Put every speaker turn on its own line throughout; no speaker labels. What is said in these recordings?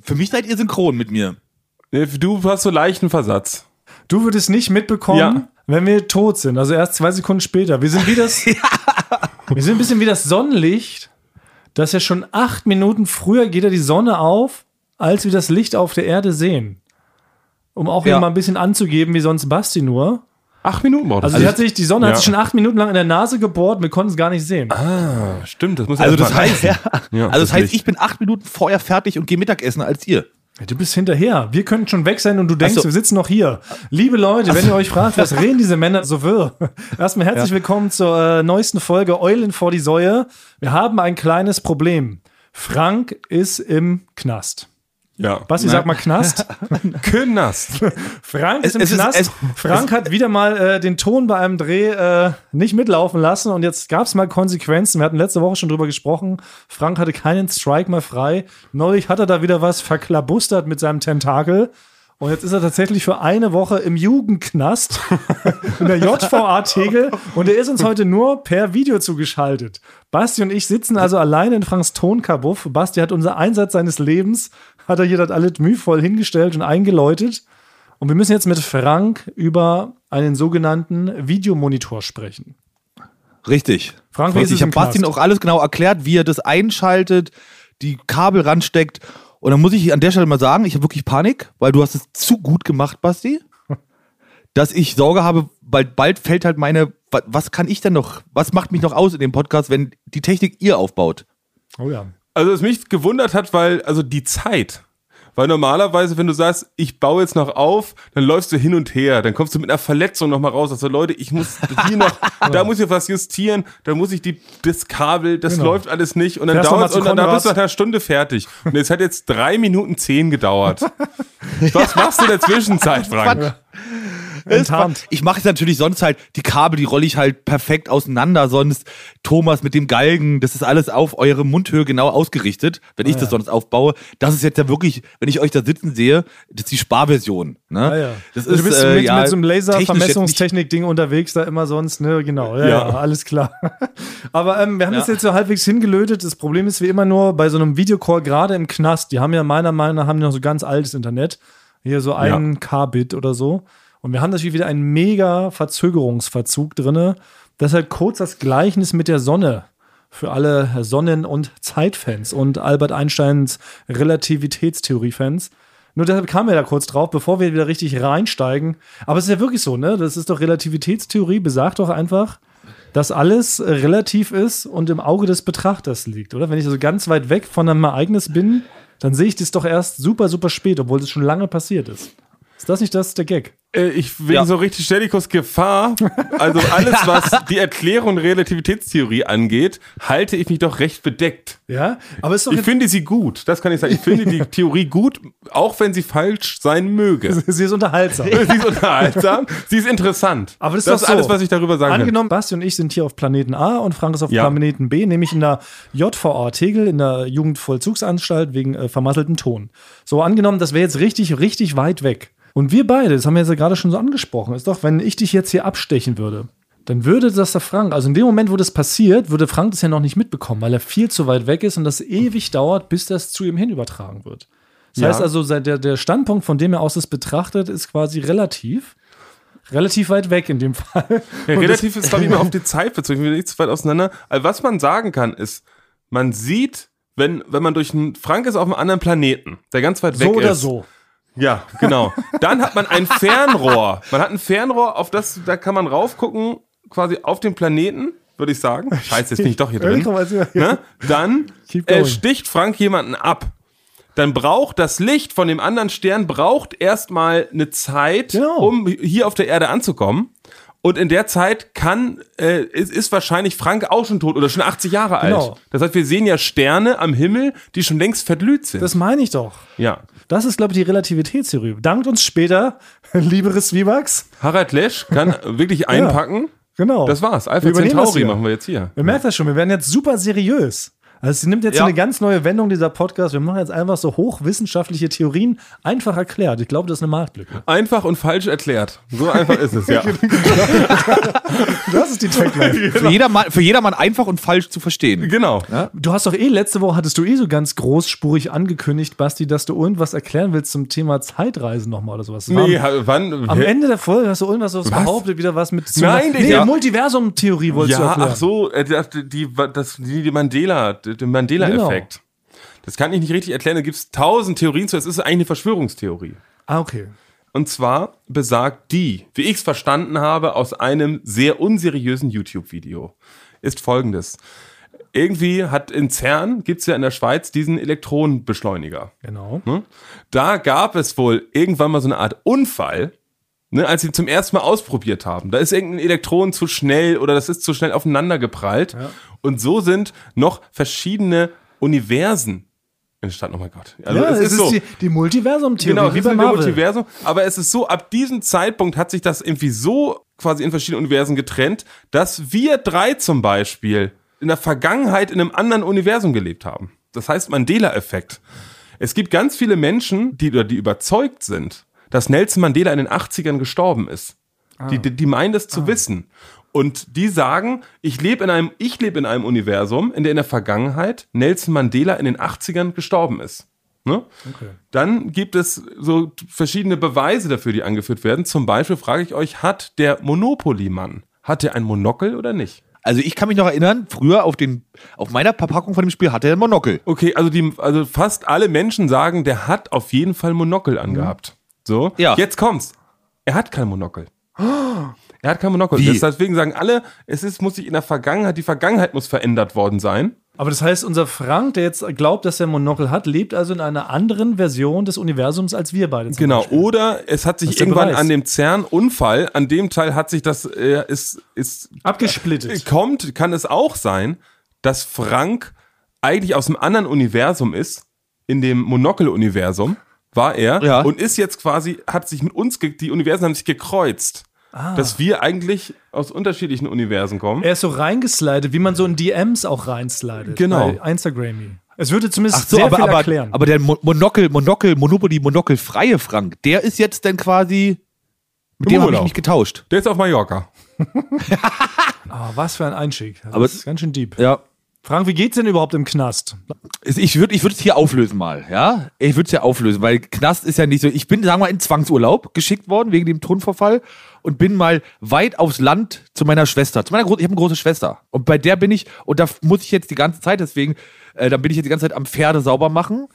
Für mich seid ihr synchron mit mir.
Du hast so leichten Versatz.
Du würdest nicht mitbekommen,
Ja.
wenn wir tot sind. Also erst zwei Sekunden später. Wir sind wie das. Wir sind ein bisschen wie das Sonnenlicht, das ja schon acht Minuten früher geht ja die Sonne auf, als wir das Licht auf der Erde sehen. Um auch
Ja.
hier mal ein bisschen anzugeben, wie sonst Basti nur.
Acht Minuten braucht
Also,
das.
sie hat sich, die Sonne
ja.
hat sich schon acht Minuten lang in der Nase gebohrt, wir konnten es gar nicht sehen.
Ah, stimmt, das muss
Also
erst
das
mal
heißt, ja,
Ja,
also das
das
heißt,
Licht.
ich bin acht Minuten vorher fertig und gehe Mittagessen als ihr.
Du bist hinterher. Wir könnten schon weg sein und du denkst,
Ach so.
wir sitzen noch hier. Liebe Leute, wenn ihr euch fragt, was reden diese Männer so wirr? Erstmal herzlich willkommen zur äh, neuesten Folge Eulen vor die Säue. Wir haben ein kleines Problem. Frank ist im Knast.
Ja.
Basti, sag mal Knast.
Könast.
Frank
Es-
ist im
es ist-
Knast.
es-
Frank hat wieder mal äh, den Ton bei einem Dreh äh, nicht mitlaufen lassen und jetzt gab es mal Konsequenzen. Wir hatten letzte Woche schon drüber gesprochen. Frank hatte keinen Strike mehr frei. Neulich hat er da wieder was verklabustert mit seinem Tentakel. Und jetzt ist er tatsächlich für eine Woche im Jugendknast in der JVA Tegel und er ist uns heute nur per Video zugeschaltet. Basti und ich sitzen also alleine in Franks Tonkabuff. Basti hat unser Einsatz seines Lebens, hat er hier das alles mühevoll hingestellt und eingeläutet. Und wir müssen jetzt mit Frank über einen sogenannten Videomonitor sprechen.
Richtig.
Frank, wie
Und
ist es
ich habe
im Knast?
Bastian auch alles genau erklärt, wie er das einschaltet, die Kabel ransteckt. Und dann muss ich an der Stelle mal sagen, ich habe wirklich Panik, weil du hast es zu gut gemacht, Basti, dass ich Sorge habe, bald, bald fällt halt meine, wa- was kann ich denn noch, was macht mich noch aus in dem Podcast, wenn die Technik ihr aufbaut?
Oh ja.
Also es mich gewundert hat, weil, also die Zeit. Weil normalerweise, wenn du sagst, ich baue jetzt noch auf, dann läufst du hin und her, dann kommst du mit einer Verletzung nochmal raus. Also Leute, ich muss hier noch, da muss ich was justieren, da muss ich die, das Kabel, das
Genau.
läuft alles nicht. Und dann
Fährst du mal
dauert
zu
und dann, dann bist du
Konrad.
nach einer Stunde fertig. Und es hat jetzt drei Minuten zehn gedauert. Was machst du in der Zwischenzeit, Frank?
Enttarnt.
Ich mache es natürlich sonst halt, die Kabel, die rolle ich halt perfekt auseinander, sonst Thomas mit dem Galgen, das ist alles auf eure Mundhöhe genau ausgerichtet, wenn
Ah,
ich das sonst aufbaue. Das ist jetzt ja wirklich, wenn ich euch da sitzen sehe, das ist die Sparversion. Ne?
Ah, ja.
Das
du
ist,
bist
äh,
mit,
ja,
mit so einem
technisch jetzt nicht-
Laser-Vermessungstechnik-Ding unterwegs, da immer sonst, ne? Genau, ja,
Ja.
ja. alles klar. Aber ähm, wir haben
Ja.
das jetzt so halbwegs hingelötet. Das Problem ist wie immer nur bei so einem Videocall, gerade im Knast, die haben ja meiner Meinung nach haben die noch so ganz altes Internet. Hier so ein K-Bit oder so. Und wir haben natürlich wieder einen mega Verzögerungsverzug drinne. Das ist halt kurz das Gleichnis mit der Sonne. Für alle Sonnen- und Zeitfans und Albert Einsteins Relativitätstheorie-Fans. Nur deshalb kamen wir da kurz drauf, bevor wir wieder richtig reinsteigen. Aber es ist ja wirklich so, ne? Das ist doch Relativitätstheorie, besagt doch einfach, dass alles äh, relativ ist und im Auge des Betrachters liegt, oder? Wenn ich also ganz weit weg von einem Ereignis bin, dann sehe ich das doch erst super, super spät, obwohl es schon lange passiert ist. Ist das nicht das der Gag?
Äh, ich wegen
Ja.
so richtig Stellikus Gefahr. Also alles, was die Erklärung Relativitätstheorie angeht, halte ich mich doch recht bedeckt.
Ja, aber es ist doch
Ich finde sie gut, das kann ich sagen. Ich finde die Theorie gut, auch wenn sie falsch sein möge.
sie ist unterhaltsam.
Sie ist unterhaltsam, sie ist interessant.
Aber das ist doch so.
alles, was ich darüber sagen kann.
Angenommen, Basti und ich sind hier auf Planeten A und Frank ist auf
Ja.
Planeten B, nämlich in der JVA Tegel, in der Jugendvollzugsanstalt wegen äh, vermasselten Ton. So angenommen, das wäre jetzt richtig, richtig weit weg. Und wir beide, das haben wir jetzt ja gerade schon so angesprochen, ist doch, wenn ich dich jetzt hier abstechen würde, dann würde das der Frank, also in dem Moment, wo das passiert, würde Frank das ja noch nicht mitbekommen, weil er viel zu weit weg ist und das ewig dauert, bis das zu ihm hin übertragen wird. Das
Ja.
heißt also, seit der, der Standpunkt, von dem er aus das betrachtet, ist quasi relativ. Relativ weit weg in dem Fall.
Ja,
Und
relativ ist, glaube ich, immer auf die Zeit bezogen, wir sind nicht zu weit auseinander. Also, was man sagen kann, ist, man sieht, wenn, wenn man durch einen, Frank ist auf einem anderen Planeten, der ganz weit
das,
weg
so
ist.
oder so.
Ja, genau. Dann hat man ein Fernrohr. Man hat ein Fernrohr, auf das, da kann man raufgucken, quasi auf den Planeten, würde ich sagen. Scheiße, jetzt bin ich doch hier drin. Ne? Dann
also, Keep
äh,
going.
sticht Frank jemanden ab. Dann braucht das Licht von dem anderen Stern braucht erstmal eine Zeit,
Genau.
um hier auf der Erde anzukommen. Und in der Zeit kann äh, ist, ist wahrscheinlich Frank auch schon tot oder schon 80 Jahre alt.
Genau.
Das heißt, wir sehen ja Sterne am Himmel, die schon längst verglüht sind.
Das meine ich doch.
ja.
Das ist, glaube ich, die Relativitätstheorie. Dankt uns später, liebere Zwiebax.
Harald Lesch kann wirklich einpacken.
Genau.
Das war's. Alpha
Wir übernehmen das
Centauri
hier.
machen wir jetzt hier.
Ihr merkt das schon, wir werden jetzt super seriös. Also es nimmt jetzt
Ja.
eine ganz neue Wendung, dieser Podcast. Wir machen jetzt einfach so hochwissenschaftliche Theorien einfach erklärt. Ich glaube, das ist eine Marktlücke.
Einfach und falsch erklärt. So einfach ist es, ja.
Das ist die Tagline.
Für, jedermann, für jedermann einfach und falsch zu verstehen.
genau.
Du hast doch eh, letzte Woche hattest du eh so ganz großspurig angekündigt, Basti, dass du irgendwas erklären willst zum Thema Zeitreisen nochmal oder sowas. Das war
Nee,
am-
ha- wann?
am
hä?
Ende der Folge hast du irgendwas was behauptet, wieder was mit zu-
Nein,
nee,
ja.
Multiversum-Theorie wolltest du
ja,
erklären.
ach so, äh, das- die, das, die, die Mandela, den Mandela-Effekt.
Genau.
Das kann ich nicht richtig erklären. Da gibt es tausend Theorien zu. Es ist eigentlich eine Verschwörungstheorie.
Ah, okay.
Und zwar besagt die, wie ich es verstanden habe, aus einem sehr unseriösen YouTube-Video, ist folgendes. Irgendwie hat in CERN, gibt es ja in der Schweiz, diesen Elektronenbeschleuniger.
Genau.
Hm? Da gab es wohl irgendwann mal so eine Art Unfall, ne, als sie ihn zum ersten Mal ausprobiert haben. Da ist irgendein Elektron zu schnell oder das ist zu schnell aufeinander geprallt. Und so sind noch verschiedene Universen entstanden. Oh mein Gott. Also
ja,
es ist, so.
die, die Multiversum-Theorie.
Genau, wie
wie bei
beim
Marvel.
Multiversum. Aber es ist so, ab diesem Zeitpunkt hat sich das irgendwie so quasi in verschiedenen Universen getrennt, dass wir drei zum Beispiel in der Vergangenheit in einem anderen Universum gelebt haben. Das heißt Mandela-Effekt. Es gibt ganz viele Menschen, die, oder die überzeugt sind, dass Nelson Mandela in den 80ern gestorben ist.
Ah.
Die, die, die meinen das zu wissen. Und die sagen, ich lebe in einem, ich lebe in einem Universum, in der in der Vergangenheit Nelson Mandela in den 80ern gestorben ist. Ne? Dann gibt es so verschiedene Beweise dafür, die angeführt werden. Zum Beispiel frage ich euch, hat der Monopoly-Mann, hat er ein Monokel oder nicht?
Also ich kann mich noch erinnern, früher auf, den, auf meiner Verpackung von dem Spiel hatte er ein Monokel.
Okay, also, die, also fast alle Menschen sagen, der hat auf jeden Fall Monokel
Mhm.
angehabt. So,
Ja.
jetzt kommt's. Er hat kein Monokel. Er hat kein Monokel.
Wie?
Das- Deswegen sagen alle, es ist, muss sich in der Vergangenheit, die Vergangenheit muss verändert worden sein.
Aber das heißt, unser Frank, der jetzt glaubt, dass er Monokel hat, lebt also in einer anderen Version des Universums als wir beide. zum
Genau,
Beispiel.
oder es hat sich
ist der
irgendwann
Beweis?
an dem CERN-Unfall, an dem Teil hat sich das, äh, ist, ist
Abgesplittet.
Äh, kommt, kann es auch sein, dass Frank eigentlich aus einem anderen Universum ist, in dem Monokel-Universum war er
Ja.
und ist jetzt quasi, hat sich mit uns, ge- die Universen haben sich gekreuzt, dass wir eigentlich aus unterschiedlichen Universen kommen.
Er ist so reingeslidet, wie man so in DMs auch reinslidet.
Genau.
Bei Instagrammy. Es würde zumindest sehr viel
aber,
erklären.
aber der Mo- Monokel, Monokel, Monopoly, Monokel-freie Frank, der ist jetzt dann quasi, mit dem habe ich
Urlaub.
mich getauscht.
Der ist auf Mallorca.
Ah, was für ein Einschick. Das
Aber-
ist ganz schön deep.
Ja.
Frank, wie geht's denn überhaupt im Knast?
Es- Ich würde ich würd es hier auflösen mal, ja? Ich würde es ja auflösen, weil Knast ist ja nicht so. Ich bin, sagen wir mal, in Zwangsurlaub geschickt worden wegen dem Tonverfall und bin mal weit aufs Land zu meiner Schwester. Zu meiner Gro ich habe eine große Schwester. Und bei der bin ich, und da muss ich jetzt die ganze Zeit, deswegen, äh, da bin ich jetzt die ganze Zeit am Pferde sauber machen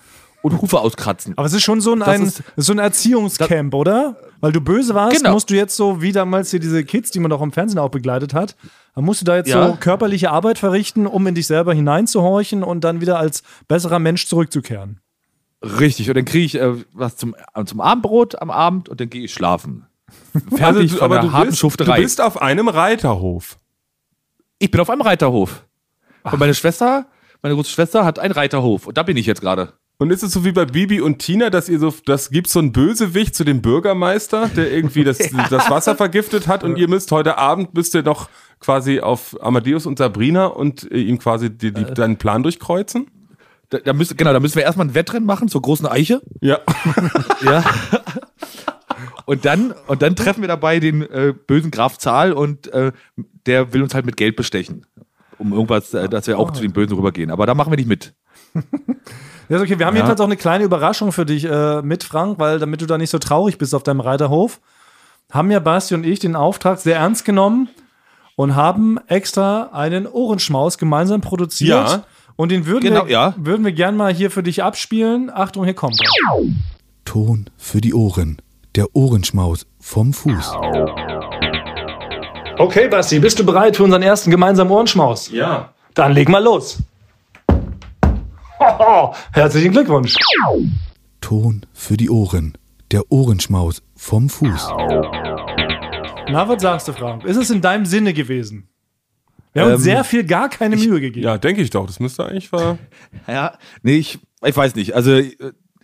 und Hufe auskratzen.
Aber es ist schon so ein, ein,
ist-
so ein Erziehungscamp, oder? Weil du böse warst,
Genau.
musst du jetzt so, wie damals hier diese Kids, die man auch im Fernsehen auch begleitet hat, dann musst du da jetzt
Ja.
so körperliche Arbeit verrichten, um in dich selber hineinzuhorchen und dann wieder als besserer Mensch zurückzukehren.
Richtig. Und dann kriege ich äh, was zum, zum Abendbrot am Abend und dann gehe ich schlafen. Fertig
Also du-
von der harten
bist, du
Schufterei.
bist auf einem Reiterhof.
ich bin auf einem Reiterhof. Und meine Schwester, meine große Schwester hat einen Reiterhof. Und da bin ich jetzt gerade.
Und ist es so wie bei Bibi und Tina, dass ihr so, das gibt so einen Bösewicht zu dem Bürgermeister, der irgendwie das, das Wasser vergiftet hat und ihr müsst heute Abend müsst ihr noch quasi auf Amadeus und Sabrina und äh, ihm quasi die, die, deinen Plan durchkreuzen?
Da, da müssen, genau, da müssen wir erstmal ein Wettrennen machen zur großen Eiche.
Ja.
Ja. und, dann, und dann treffen wir dabei den äh, bösen Graf Zahl und äh, der will uns halt mit Geld bestechen. Um irgendwas, äh, dass wir auch
Ah.
zu den Bösen rübergehen. Aber da machen wir nicht mit.
Ja, ist okay. Wir haben jedenfalls auch eine kleine Überraschung für dich äh, mit, Frank, weil damit du da nicht so traurig bist auf deinem Reiterhof, haben ja Basti und ich den Auftrag sehr ernst genommen und haben extra einen Ohrenschmaus gemeinsam produziert.
Ja.
Und den würden,
Genau,
wir,
ja.
würden wir gern mal hier für dich abspielen. Achtung, hier kommt er.
Ton für die Ohren. Der Ohrenschmaus vom Fuß.
Okay, Basti, bist du bereit für unseren ersten gemeinsamen Ohrenschmaus?
Ja.
Dann leg mal los. Hoho, herzlichen Glückwunsch.
Ton für die Ohren. Der Ohrenschmaus vom Fuß.
Na, was sagst du, Frank? Ist es in deinem Sinne gewesen? Wir haben uns sehr viel gar keine Mühe gegeben.
Ja, denke ich doch. Das müsste eigentlich war.
Ja. Nee, ich, ich weiß nicht. Also, äh,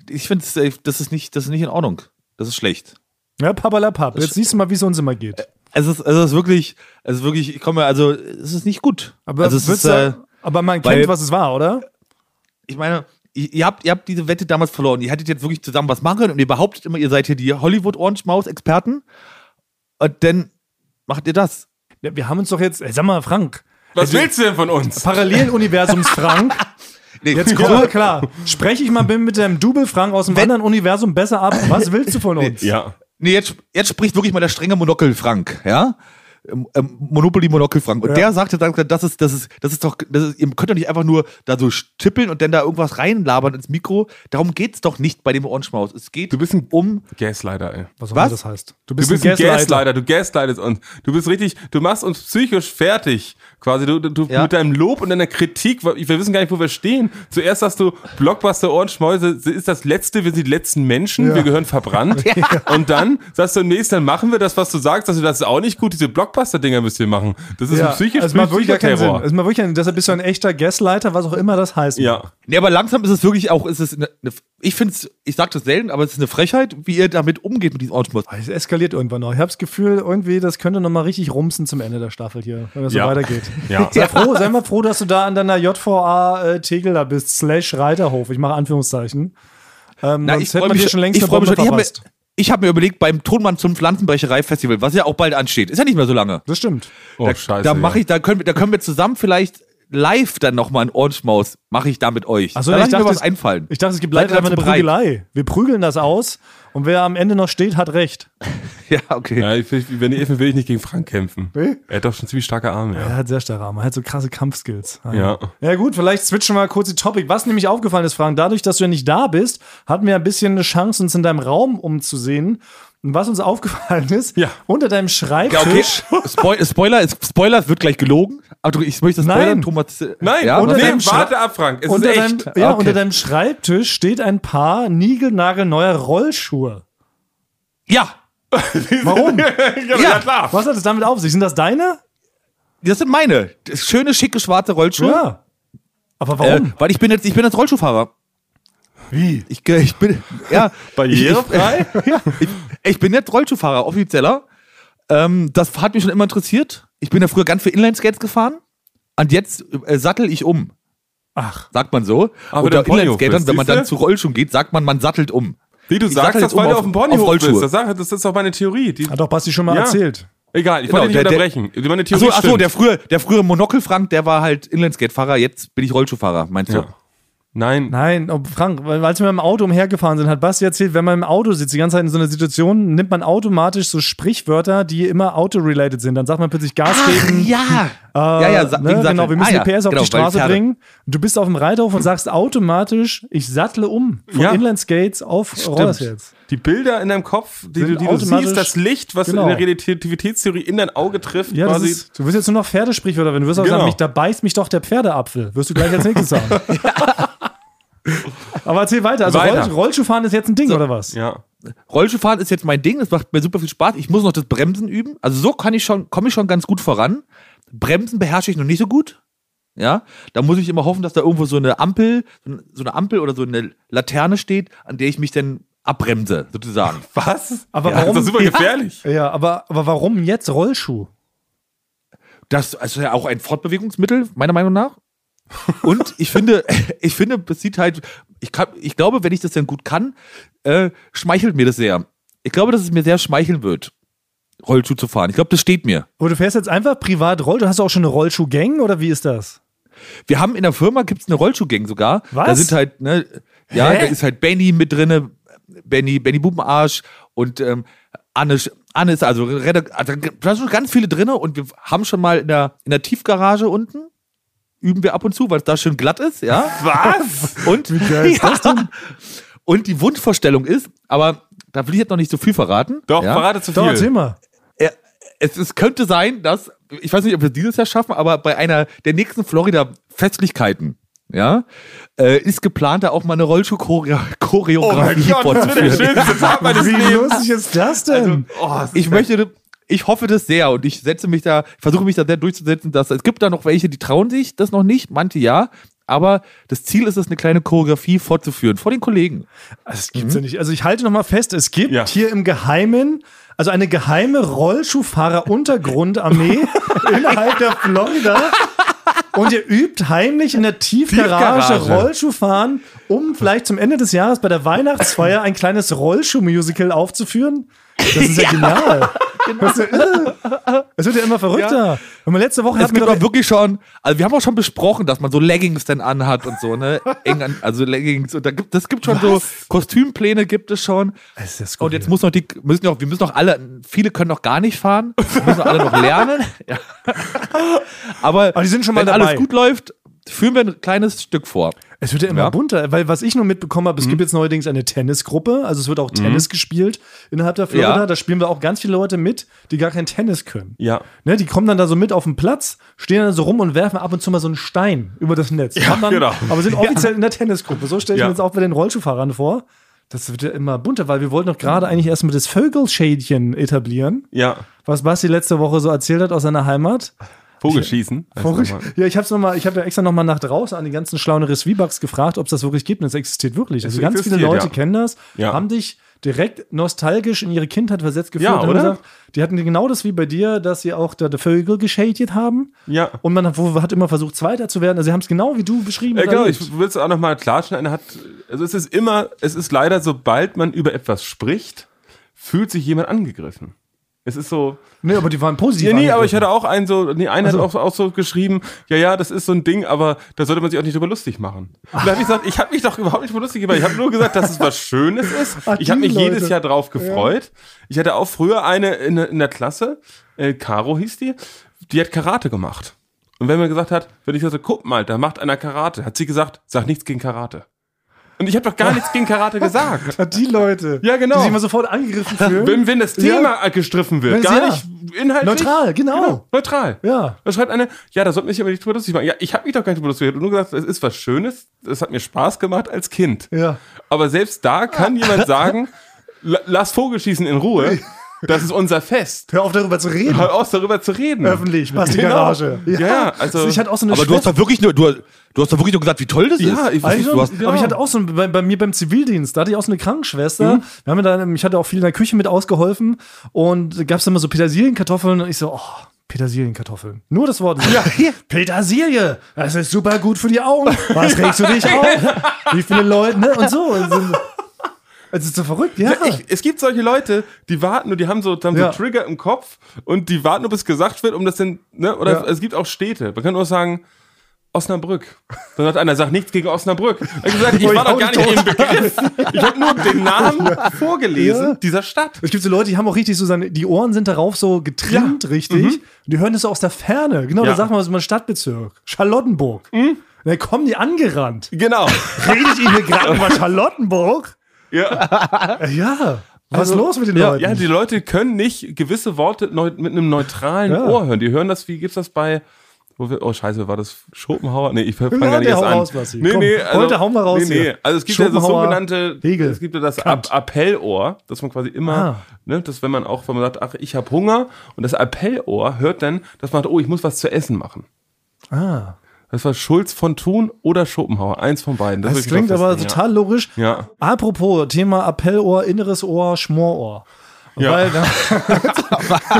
ich finde, das, ist nicht- das ist nicht in Ordnung. Das ist schlecht.
Ja, pappalapapp. Jetzt siehst du mal, wie es uns immer geht.
Es ist, es ist wirklich, es ist wirklich, ich komme, also, es ist nicht gut.
Aber,
also, es
wird's
ist, äh,
da- aber man
weil-
kennt, was es war, oder?
ich meine, ihr ihr habt, ihr habt diese Wette damals verloren. Ihr hättet jetzt wirklich zusammen was machen können und ihr behauptet immer, ihr seid hier die Hollywood Orange Maus Experten. Und dann macht ihr das.
Ja, Wir haben uns doch jetzt, ey, sag mal, Frank.
Was willst du denn von uns?
Paralleluniversums Frank.
Nee,
Jetzt komm mal klar. Spreche ich mal bin mit deinem Double Frank aus dem
Wenn-
anderen Universum besser ab. Was willst du von uns?
Ja.
Nee, jetzt, jetzt spricht wirklich mal der strenge Monokel Frank, ja? Ähm, ähm, Monopoly Monokel Frank. Und
Ja.
der sagte dann, das ist, das ist, das ist doch, das ist, ihr könnt doch nicht einfach nur da so tippeln und dann da irgendwas reinlabern ins Mikro. Darum geht's doch nicht bei dem Orange Maus. Es geht
Du bist ein
um.
Gaslighter, ey.
Was auch
Was?
immer das heißt. Du bist,
Du bist ein
Gaslighter.
Gaslighter, du gaslightest uns. Du bist richtig, du machst uns psychisch fertig. Quasi du, du
Ja.
mit deinem Lob und deiner Kritik, weil wir wissen gar nicht, wo wir stehen. Zuerst sagst du, Blockbuster Ohrenschmäuse ist das Letzte, wir sind die letzten Menschen, wir gehören verbrannt. Und dann sagst du im nächsten, dann machen wir das, was du sagst, dass du das ist auch nicht gut, diese Blockbuster-Dinger müsst ihr machen. Das ist ein
Ja, also
psychisch
es macht wirklich gar
psychischer
keinen Sinn.
Terror.
Es macht wirklich keinen, deshalb bist du ein echter Gaslighter, was auch immer das heißt.
Ja.
Nee, aber langsam ist es wirklich auch, ist es eine, eine, ich finde es, ich sag das selten, aber es ist eine Frechheit, wie ihr damit umgeht mit diesem Orange Maus.
Es eskaliert irgendwann noch. Ich habe das Gefühl, irgendwie, das könnte noch mal richtig rumsen zum Ende der Staffel hier, wenn es
Ja.
so weitergeht.
Ja.
Sei, froh, sei mal froh, dass du da an deiner JVA äh, Tegel da bist, slash Reiterhof. Ich mache Anführungszeichen. Ähm,
Na,
sonst hätte man
mich
dir schon längst
ich
eine
freu mich
Bombe
schon. Ich hab mir-
verpasst.
Ich habe mir überlegt, beim Tonmann zum Pflanzenbrecherei-Festival, was ja auch bald ansteht, ist ja nicht mehr so lange.
Das stimmt.
Oh,
da,
scheiße.
Da
ja.
mache ich, da können, wir- da können wir zusammen vielleicht live dann nochmal ein Orange Maus mache ich da mit euch.
Ach so,
da
ich
lass mir
dachte,
was einfallen.
Ich dachte, es gibt
Seid
leider
ihr
einfach eine
dazu bereit?
Prügelei. Wir prügeln das aus und wer am Ende noch steht, hat recht.
Ja, okay.
Ja, ich, ich- wenn ihr will ich nicht gegen Frank kämpfen. Er hat doch schon ziemlich starke Arme, ja.
Er hat sehr starke Arme, er hat so krasse Kampfskills. Ah,
Ja.
Ja gut, vielleicht switchen wir mal kurz die Topic. Was nämlich aufgefallen ist, Frank, dadurch, dass du ja nicht da bist, hatten wir ein bisschen eine Chance, uns in deinem Raum umzusehen. Und was uns aufgefallen ist,
Ja.
unter deinem Schreibtisch.
Ja, okay. Spoil Spoiler, es- Spoiler es wird gleich gelogen. Ach, du, ich möchte das
Nein.
spoilern, Thomas. äh,
Nein,
ja,
unter
was-
nee,
deinem Schra-
warte ab, Frank. Es ist
unter,
echt.
Deinem, ja,
Okay.
unter deinem Schreibtisch steht ein paar niegelnagelneuer Rollschuhe.
ja,
Warum?
ja, ja, klar.
Was hat es damit auf sich? Sind das deine?
das sind meine. Das Schöne, schicke, schwarze
Hm?
Rollschuhe.
Ja. Aber
Äh,
warum?
weil ich bin jetzt, ich bin jetzt Rollschuhfahrer.
Wie?
Ich, ge- ich bin, ja.
Barrierefrei?
Ich, ich, ja, ich, ich bin jetzt Rollschuhfahrer, offizieller. Ähm, das hat mich schon immer interessiert. Ich bin ja früher ganz für Inlineskates gefahren. Und jetzt äh, sattel ich um.
Ach.
sagt man so.
Aber
Unter
der Ah, Ponyhof
Inlineskatern,
bist,
wenn man dann
siehste?
zu Rollschuhen geht, sagt man, man sattelt um.
Wie du
Ich sag
sagst,
jetzt
das
um
weil du
auf-
auf dem Ponyhof
auf Rollschuhe.
bist. Das, sag- das ist doch meine Theorie. Die,
Hat doch Basti schon mal
Ja.
erzählt.
egal, ich
Genau,
wollte dich
der-
nicht
der-
unterbrechen. Die- meine Theorie
Achso, achso, der
stimmt.
frühe, der frühere Monokel-Frank, der war halt Inlineskate-Fahrer, jetzt bin ich Rollschuhfahrer, meinst du?
Ja. Nein,
Nein, oh, Frank, weil als wir mit dem Auto umhergefahren sind, hat Basti erzählt, wenn man im Auto sitzt, die ganze Zeit in so einer Situation, nimmt man automatisch so Sprichwörter, die immer auto-related sind. Dann sagt man plötzlich Gas geben.
ja!
äh,
ja, ja, sa- wegen
ne, genau,
Satteln.
wir müssen
Ah,
die
ja,
PS auf
genau,
die
weil
Straße
Pferde.
bringen. Du bist auf dem Reiterhof und sagst automatisch, ich sattle um von
Ja.
Inlineskates auf Rollers jetzt.
die Bilder in deinem Kopf, die, du-
Sind
die du
automatisch-
siehst, das Licht, was
Genau.
in der Relativitätstheorie in dein Auge trifft,
Ja, das
quasi.
ist, du wirst jetzt nur noch Pferdesprichwörter, wenn du wirst auch
Genau.
sagen, mich, da beißt mich doch der Pferdeapfel, wirst du gleich als nächstes sagen. Aber erzähl weiter. Also
Weiter.
Roll, Rollschuhfahren ist jetzt ein Ding, oder was?
ja.
Rollschuhfahren ist jetzt mein Ding, das macht mir super viel Spaß. Ich muss noch das Bremsen üben. Also so kann ich schon, komme ich schon ganz gut voran. Bremsen beherrsche ich noch nicht so gut. Ja, da muss ich immer hoffen, dass da irgendwo so eine Ampel, so eine Ampel oder so eine Laterne steht, an der ich mich dann abbremse, sozusagen.
Was?
Aber
ja,
warum-
Das ist doch super gefährlich.
Ja, aber, aber warum jetzt Rollschuh?
Das ist ja auch ein Fortbewegungsmittel, meiner Meinung nach. Und ich finde, ich finde, es sieht halt, ich, kann, ich glaube, wenn ich das dann gut kann, äh, schmeichelt mir das sehr. Ich glaube, dass es mir sehr schmeicheln wird, Rollschuh zu fahren. Ich glaube, das steht mir.
Aber du fährst jetzt einfach privat Rollschuh. Hast du auch schon eine Rollschuh-Gang oder wie ist das?
Wir haben in der Firma gibt's eine Rollschuhgang sogar.
Was?
Da sind halt, ne, ja,
Hä?
da ist halt Benny mit drinne, Benny, Benny Bubenarsch und ähm, Anne, Sch- Anne ist also, Redak- also da sind ganz viele drinne und wir haben schon mal in der, in der Tiefgarage unten üben wir ab und zu, weil es da schön glatt ist, ja.
Was?
Und, ja. und die Wunschvorstellung ist, aber da will ich jetzt noch nicht so viel verraten.
Doch,
ja?
verrate zu
Doch,
viel.
erzähl mal.
Er, es, es könnte sein, dass, ich weiß nicht, ob wir dieses Jahr schaffen, aber bei einer der nächsten Florida-Festlichkeiten, ja, äh, ist geplant, da auch mal eine Rollschuh-Choreografie
oh mein Gott, das wird der
vorzuführen.
schönste Tag meines
Wie
Lebens.
lustig ist das denn?
Oh, es ist
Ich möchte, ich hoffe das sehr und ich setze mich da, ich versuche mich da sehr durchzusetzen, dass es gibt da noch welche, die trauen sich das noch nicht, manche ja, aber das Ziel ist es, eine kleine Choreografie fortzuführen vor den Kollegen.
das gibt's ja nicht. Also ich halte noch mal fest, es gibt
Ja.
hier im Geheimen, also eine geheime Rollschuhfahrer-Untergrundarmee innerhalb der Florida. Und ihr übt heimlich in der Tiefgarage,
Tiefgarage.
Rollschuhfahren, um vielleicht zum Ende des Jahres bei der Weihnachtsfeier ein kleines Rollschuhmusical aufzuführen? Das ist ja, genial. Das ist ja- Es wird ja immer verrückter. Und letzte Woche
Es
hatten wir
gibt
doch
auch wirklich schon, also wir haben auch schon besprochen, dass man so Leggings dann anhat und so, ne? Eng an, also Leggings und da gibt das gibt schon so Kostümpläne gibt es schon.
Das ist ja skurril.
und jetzt muss noch die müssen noch wir müssen noch alle viele können noch gar nicht fahren, wir müssen noch alle noch lernen. Ja. Aber,
Aber die sind schon mal
wenn
dabei.
alles gut läuft, führen wir ein kleines Stück vor.
Es wird ja immer
Ja.
bunter, weil was ich nur mitbekommen habe, es gibt jetzt neuerdings eine Tennisgruppe, also es wird auch Tennis gespielt innerhalb der Florida.
Ja.
Da spielen wir auch ganz viele Leute mit, die gar kein Tennis können.
Ja.
Ne, die kommen dann da so mit auf den Platz, stehen dann so rum und werfen ab und zu mal so einen Stein über das Netz. Ja, dann,
genau.
Aber sind offiziell in der Tennisgruppe. So stelle ich
Ja.
mir das auch bei den Rollschuhfahrern vor. Das wird ja immer bunter, weil wir wollten doch gerade eigentlich erstmal das Vögelschädchen etablieren,
Ja.
was Basti letzte Woche so erzählt hat aus seiner Heimat.
Vogelschießen. heißt
Verrückt.
nochmal.
Ja, ich hab's noch mal, ich habe ja extra nochmal nach draußen an die ganzen schlauen Swebacks gefragt, ob es das wirklich gibt. Und es existiert wirklich. Also
Es
ganz viele
existiert,
Leute
ja.
kennen das,
Ja.
haben dich direkt nostalgisch in ihre Kindheit versetzt gefühlt.
Ja,
und haben
oder?
Gesagt, die hatten genau das wie bei dir, dass sie auch da die Vögel geschadet haben.
Ja.
Und man hat, wo- hat immer versucht, zweiter zu werden. Also sie haben es genau wie du beschrieben.
Ja,
und
genau,
erlebt.
ich will es auch nochmal klarstellen. Er hat, also es ist immer, es ist leider, sobald man über etwas spricht, fühlt sich jemand angegriffen. Es ist so.
nee, aber die waren positiv.
Ja, nee, aber
angegriffen.
ich hatte auch einen so, nee, einen hat auch, auch so geschrieben, ja, ja, das ist so ein Ding, aber da sollte man sich auch nicht drüber lustig machen. Und da habe ich gesagt, ich habe mich doch überhaupt nicht drüber lustig gemacht. Ich habe nur gesagt, dass es was Schönes ist.
Ach,
Ich habe
die
mich jedes
Leute.
Jahr drauf gefreut. Ich hatte auch früher eine in, der- in der Klasse, äh, Caro hieß die, die hat Karate gemacht. Und wenn man gesagt hat, wenn ich so, guck mal, da macht einer Karate, hat sie gesagt, sag nichts gegen Karate. Und ich habe doch gar nichts gegen Karate gesagt.
Ja, die Leute,
Ja, genau.
die sich immer sofort angegriffen fühlen.
Wenn, wenn das
Ja.
Thema gestriffen wird,
Wenn's-
gar
ja.
nicht inhaltlich.
Neutral, genau.
neutral.
Ja.
Da schreibt eine, ja, da sollte man sich aber nicht drüber lustig machen. Ja, ich habe mich doch gar nicht drüber lustig gemacht. Ich hab Nur gesagt, es ist was Schönes, es hat mir Spaß gemacht als Kind.
Ja.
Aber selbst da kann jemand sagen, la- lass Vogelschießen in Ruhe. Das ist unser Fest.
Hör auf darüber zu reden.
Hör aus, darüber zu reden.
Öffentlich, Basti
Genau.
Garage.
Ja, also-
Ich hatte auch so eine
Aber du hast doch wirklich nur du, du hast doch wirklich nur gesagt, wie toll das
Ja,
ist.
ich-
Was-
Eigentlich
du hast,
schon, aber ich hatte auch so ein, bei, bei mir beim Zivildienst, da hatte ich auch so eine Krankenschwester. Wir haben ja dann, ich hatte auch viel in der Küche mit ausgeholfen und gab es immer so Petersilienkartoffeln und ich so, oh, Petersilienkartoffeln. Nur das Wort. Ja, Petersilie, das ist super gut für die Augen. Was regst du dich auf? Wie viele Leute, ne? Und so. Es ist so verrückt, ja.
Ich, es gibt solche Leute, die warten und die haben so, haben
Ja.
so Trigger im Kopf und die warten, ob es gesagt wird, um das denn, ne? Oder
Ja.
es gibt auch Städte. Man kann auch sagen, Osnabrück. Dann hat einer sagt nichts gegen Osnabrück. Er hat gesagt, ich war doch gar nicht im Begriff. Ich habe nur den Namen vorgelesen
Ja.
dieser Stadt.
Es gibt so Leute, die haben auch richtig so seine, die Ohren sind darauf so getrimmt, richtig. Und die hören das so aus der Ferne. Genau, da
Ja.
sagt man, das ist mein Stadtbezirk. Charlottenburg. Und dann kommen die angerannt.
Genau.
Redet ihr hier gerade über Charlottenburg?
Ja. Also,
Äh, Ja. Was ist los mit den Leuten?
ja, die Leute können nicht gewisse Worte neu, mit einem neutralen
Ja.
Ohr hören. Die hören das, wie gibt's das bei wo wir, oh scheiße, war das Schopenhauer? Nee, ich fange gar nicht
nee,
erst
hau
an.
raus, Basti.
nee,
Komm,
nee, also,
heute hauen wir raus
Nee, nee.
hier.
Also es gibt ja das
Schopenhauer,
sogenannte,
Hegel,
es gibt ja das Ab Appellohr, dass man quasi immer,
Ah.
ne, dass wenn man auch, wenn man sagt, ach, ich habe Hunger und das Appellohr hört dann, dass man sagt, oh, ich muss was zu essen machen.
ah,
Das war Schulz von Thun oder Schopenhauer, eins von beiden.
das
will ich
klingt
mal
aber
festlegen,
total logisch.
Ja.
Apropos Thema Appellohr, inneres Ohr, Schmorohr.
Ja.
Weil da,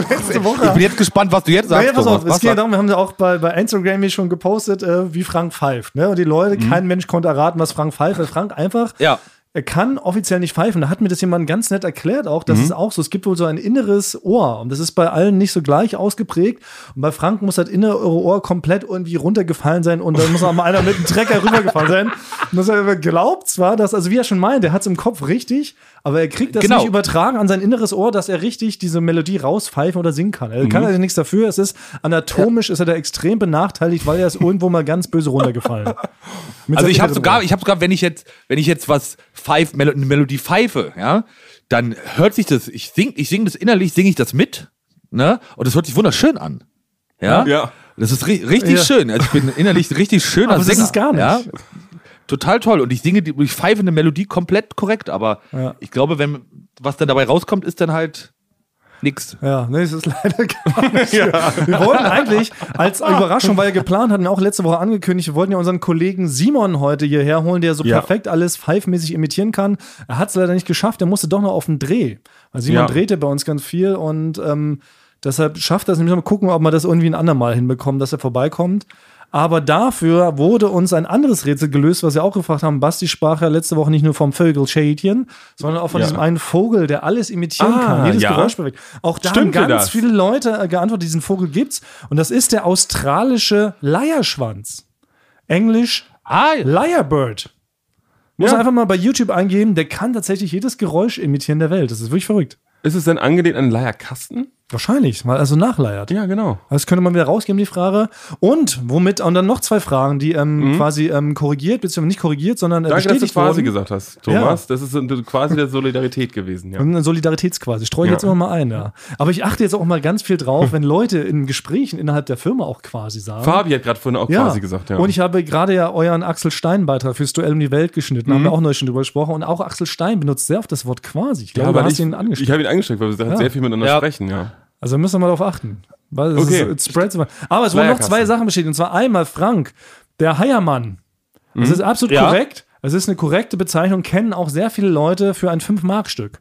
letzte Woche.
ich bin jetzt gespannt, was du jetzt sagst.
Naja, pass auf,
Thomas.
es
Was
geht ja
sag-
darum, wir haben ja auch bei, bei Instagram hier schon gepostet, äh, wie Frank pfeift. Ne? Und die Leute, kein Mensch konnte erraten, was Frank pfeift, weil Frank einfach,
Mhm. Ja.
er kann offiziell nicht pfeifen. Da hat mir das jemand ganz nett erklärt auch,
Mhm.
das ist auch so, es gibt wohl so ein inneres Ohr und das ist bei allen nicht so gleich ausgeprägt. Und bei Frank muss das innere Ohr komplett irgendwie runtergefallen sein und dann muss auch mal einer mit dem Trecker rübergefallen sein. Und das er glaubt zwar, dass, also wie er schon meint, er hat es im Kopf richtig, aber er kriegt das
Genau.
nicht über übertragen an sein inneres Ohr, dass er richtig diese Melodie rauspfeifen oder singen kann. Er
Mhm.
kann also nichts dafür. Es ist anatomisch ist er da extrem benachteiligt, weil er ist irgendwo mal ganz böse runtergefallen. Mit
Also
seinem
ich habe
inneren
sogar,
Ohr.
ich habe sogar, wenn ich jetzt, wenn ich jetzt was pfeif, Melo eine Melodie pfeife, ja, dann hört sich das, ich sing, ich sing das innerlich, singe ich das mit, ne? Und das hört sich wunderschön an, ja.
Ja.
Das ist ri richtig
Ja.
schön. Also ich bin innerlich richtig schöner
Aber das
Sänger.
ist es gar nicht.
Ja? Total toll. Und ich singe, die, ich pfeife eine Melodie komplett korrekt, aber ich glaube, wenn was dann dabei rauskommt, ist dann halt nix.
Ja, nee, es ist leider gar nicht. Wir wollten eigentlich als
Ah.
Überraschung, weil wir geplant hatten, auch letzte Woche angekündigt, wir wollten ja unseren Kollegen Simon heute hierher holen, der so
Ja.
perfekt alles pfeifmäßig imitieren kann. Er hat es leider nicht geschafft, er musste doch noch auf den Dreh. Weil Simon
Ja.
drehte bei uns ganz viel und ähm, deshalb schafft er es. Wir müssen mal gucken, ob wir das irgendwie ein andermal hinbekommen, dass er vorbeikommt. Aber dafür wurde uns ein anderes Rätsel gelöst, was wir auch gefragt haben. Basti sprach ja letzte Woche nicht nur vom Vögelschädchen, sondern auch von
Ja.
diesem einen Vogel, der alles imitieren
Ah,
kann, jedes
ja.
Geräusch perfekt. Auch da
Stimmt
haben
dir
ganz
das?
viele Leute äh, geantwortet, diesen Vogel gibt's. Und das ist der australische Leierschwanz. Englisch
Ah,
Liarbird. Muss
Ja.
einfach mal bei YouTube eingeben, der kann tatsächlich jedes Geräusch imitieren der Welt. Das ist wirklich verrückt.
Ist es denn angelehnt an einen Leierkasten?
Wahrscheinlich, weil er so nachleiert.
Ja, genau.
Das könnte man wieder rausgeben, die Frage. Und womit, und dann noch zwei Fragen, die ähm, quasi ähm, korrigiert, beziehungsweise nicht korrigiert, sondern äh,
Mhm. Danke, dass du
bestätigt
quasi
wurden.
gesagt hast, Thomas. Das ist so- quasi der Solidarität gewesen, ja.
Eine Solidaritätsquasi. Streue ich
Ja.
jetzt immer mal ein, ja. Aber ich achte jetzt auch mal ganz viel drauf, wenn Leute in Gesprächen innerhalb der Firma auch quasi sagen.
Fabi hat gerade vorhin auch
Ja.
quasi gesagt, ja.
Und ich habe gerade ja euren Axel Stein Beitrag fürs Duell um die Welt geschnitten, haben
Mhm.
wir auch neulich schon drüber gesprochen. Und auch Axel Stein benutzt sehr oft das Wort quasi. Ich glaube,
ja,
du
weil
hast
ich,
ihn
ich
angeschrieben.
habe ihn angesteckt, weil wir
Ja.
sehr viel miteinander
Ja.
sprechen, ja.
Also müssen wir mal darauf achten. Weil es
Okay.
ist, es spreads immer. Aber es wurden noch zwei
Leierkasten.
Sachen bestätigt. Und zwar einmal Frank, der Heiermann. Das ist absolut
Ja.
korrekt. Es ist eine korrekte Bezeichnung, kennen auch sehr viele Leute für ein 5-Mark-Stück.